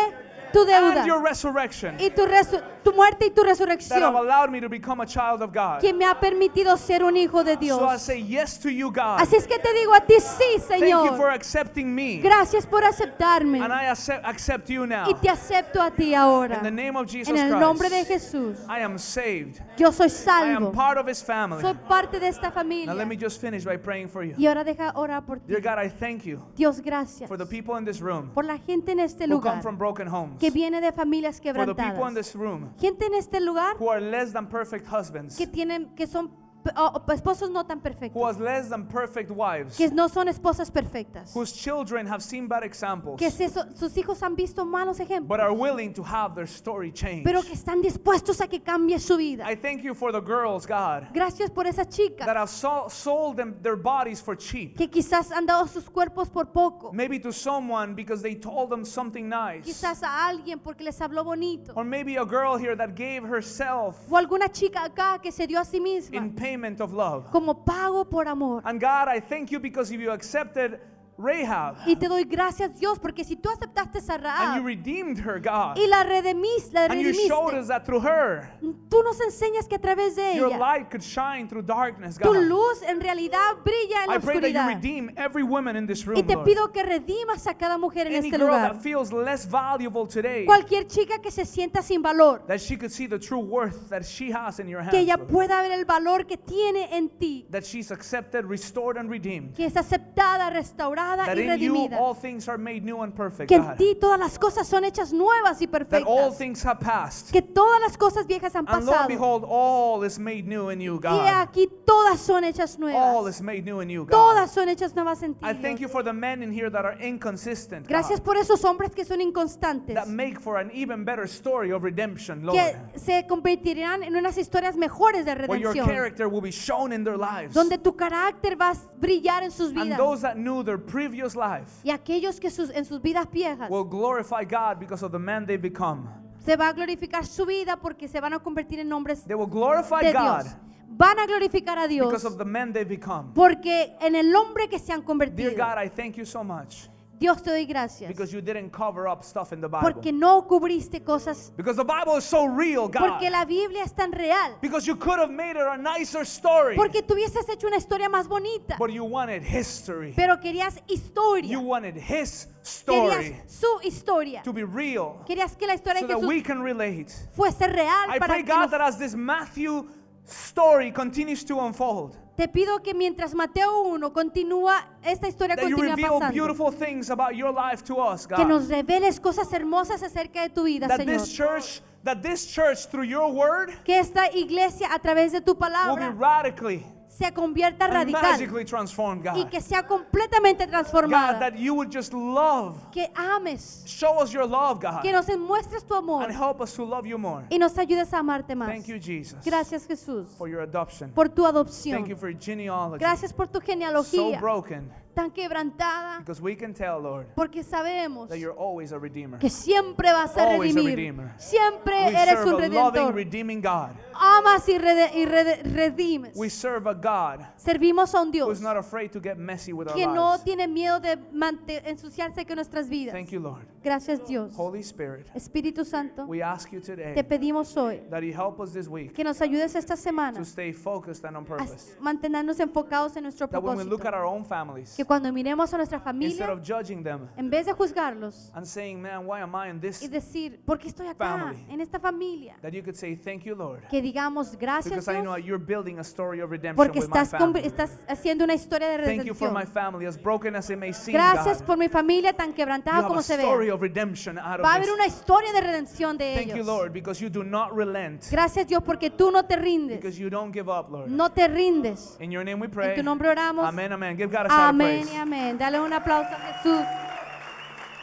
tu deuda and your resurrection y tu, resu- tu muerte y tu that have resurrección allowed me to become a child of God. que me ha permitido ser un hijo de So I Dios. say yes to you, God. Así es que te digo a ti, sí, Thank you for Señor. accepting me. Gracias por aceptarme And I accept, accept you now. y te acepto a ti ahora. In the name of Jesus En el nombre de Christ, Jesús, I am saved. yo soy I am salvo. part of his family. Soy parte de esta Now let me familia. just finish by praying for you. Y ahora deja orar por ti. Dear God, I thank you Dios, gracias for the people in this room por la gente en este who come lugar from broken homes. que viene de familias For the people in quebrantadas. this room Gente en este lugar who are less than perfect husbands, que tienen que son p- o- o esposos no tan who perfectos, are less than perfect wives, que no son esposas perfectas, whose children have seen bad examples, que se- so- sus hijos han visto malos but are ejemplos, willing to have their story changed. pero que están dispuestos a que cambie su vida. I thank you for the girls, God, Gracias por esas that chicas have so- sold them their bodies for cheap. que quizás han dado sus cuerpos por poco, Maybe to someone because they told them something nice. quizás a alguien porque les habló bonito, Or maybe a girl here that gave herself o alguna chica acá que se dio a sí misma in payment of love. como pago por amor. And God, I thank you because if you accepted Rahab Y te doy gracias Dios porque si tú aceptaste esa and you Raab redeemed her, God, Ah. y la redimís, la and you showed us redimiste, that through her, tú nos enseñas que a través de your ella light could shine through darkness, tu God. luz en realidad brilla en la I pray that you oscuridad. redeem every woman in this Y room, te Lord. pido que redimas a cada mujer en Any este girl lugar. that feels less valuable today, Cualquier chica que se sienta sin valor, that she could see the true worth that she has in your hands, que ella Lord. pueda ver el valor que tiene en ti, that she's accepted, restored, and redeemed. que es aceptada, restaurada That y in you redimida. all things are made new and perfect, Que en God. ti todas las cosas son hechas nuevas y That all perfectas. things have passed. Que todas las cosas viejas han And lo and pasado. behold, all is made new in you, Y he God. aquí todas son hechas All nuevas. is made new in you, God. Todas son hechas nuevas en ti. I thank you Dios. for the men in here that are inconsistent, Gracias God, por esos hombres que son inconstantes. that make for an even better story of redemption, Lord. que se convertirán en unas historias mejores de Where your redención, character will be shown in their lives. donde tu carácter va a brillar en sus And vidas those that knew their previous life y aquellos que sus- en sus vidas viejas will glorify God because of the man they become. se va a glorificar su vida porque se van a convertir en hombres They will glorify de God Dios. Van a glorificar a because Dios of the men they become. porque en el hombre que se han Dear convertido, God, I thank you so much Dios te doy gracias because you didn't cover up stuff in the Bible. porque no cubriste cosas, Because the Bible is so real, God. porque la Biblia es tan real, Because you could have made it a nicer story. porque tú hubieses hecho una historia más bonita, But you wanted history. pero querías You historia, wanted his story querías su historia, to be real querías que la historia so de that Jesús we can relate. fuese real I para pray, que God, nos- that as this Matthew story continues to unfold, te pido que mientras Mateo 1 continúa esta historia that you continúa reveal pasando beautiful things about your life to us, que God. nos reveles cosas hermosas acerca de tu vida That Señor this church, that this church through your word que esta iglesia a través de tu will be palabra radically se convierta and radical magically transformed, y God. que sea completamente God, transformada that you would just love. que ames Show us your love, God. que nos muestres tu amor And help us to love you more. y nos ayudes a amarte más Thank you, Jesus, gracias Jesús for your adoption. por tu Thank you adopción for your genealogy. gracias por tu So genealogía broken. tan quebrantada Because we can tell, Lord, porque sabemos that you're always a redeemer. que siempre vas a Always a redimir. redeemer. Siempre We eres serve un a loving, redentor. redeeming God. Amas y, rede- y rede- redimes. We serve a God Servimos a un Dios who's not afraid to get messy with our que no lives. tiene miedo de mante- ensuciarse con nuestras vidas. Thank you, Lord. Gracias Dios. Holy Spirit, Espíritu Santo, we ask you te today pedimos hoy that you help us this week que nos ayudes esta semana to stay focused and on a purpose. s- mantenernos enfocados en nuestro That when we look at propósito. our own families, Que cuando miremos a nuestra instead familia, of judging them en vez de juzgarlos and saying, man, why am I in y this? decir, ¿por qué estoy acá, Family. en esta familia? That you could say, thank you, Lord. Que digamos, gracias Because I know Dios, you're building a story of redemption porque with my estás, con- family. estás haciendo una historia de Thank you for redención. my family, as broken as it may seem, Gracias God. por mi familia tan you quebrantada have como a se story ve. of redemption out Va a of haber this. una historia de redención de Thank you, ellos. Lord, because you do not relent, Gracias Dios porque tú no te rindes. because you don't give up, Lord. No te rindes. In your name we pray. pues. tu nombre oramos. Amen, amen. Give God a shout of Amén y praise. amén. Dale un aplauso a Jesús.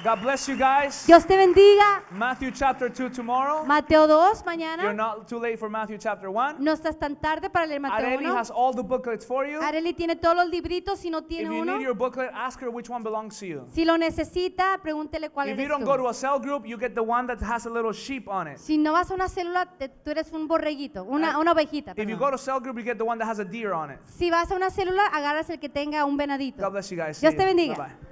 God bless you guys. Dios te bendiga. Matthew chapter 2 tomorrow. Mateo 2 You're mañana. not too late for Matthew chapter 1. No estás tan tarde para leer Mateo Areli 1. has all the booklets for you. Areli tiene todos los libritos. Si no If tiene you need uno, your booklet, ask her which one belongs to you. si lo necesita, pregúntele cuál If you eres don't go to tú. a cell group, you get the one that has a little sheep on it. Si no vas a una célula, te- tú eres un borreguito, una, And una ovejita. If you perdón. go to cell group, you get the one that has a deer on it. Si vas a una célula, agarras el que tenga un venadito. God bless you guys. Dios See te you. bendiga. Bye-bye.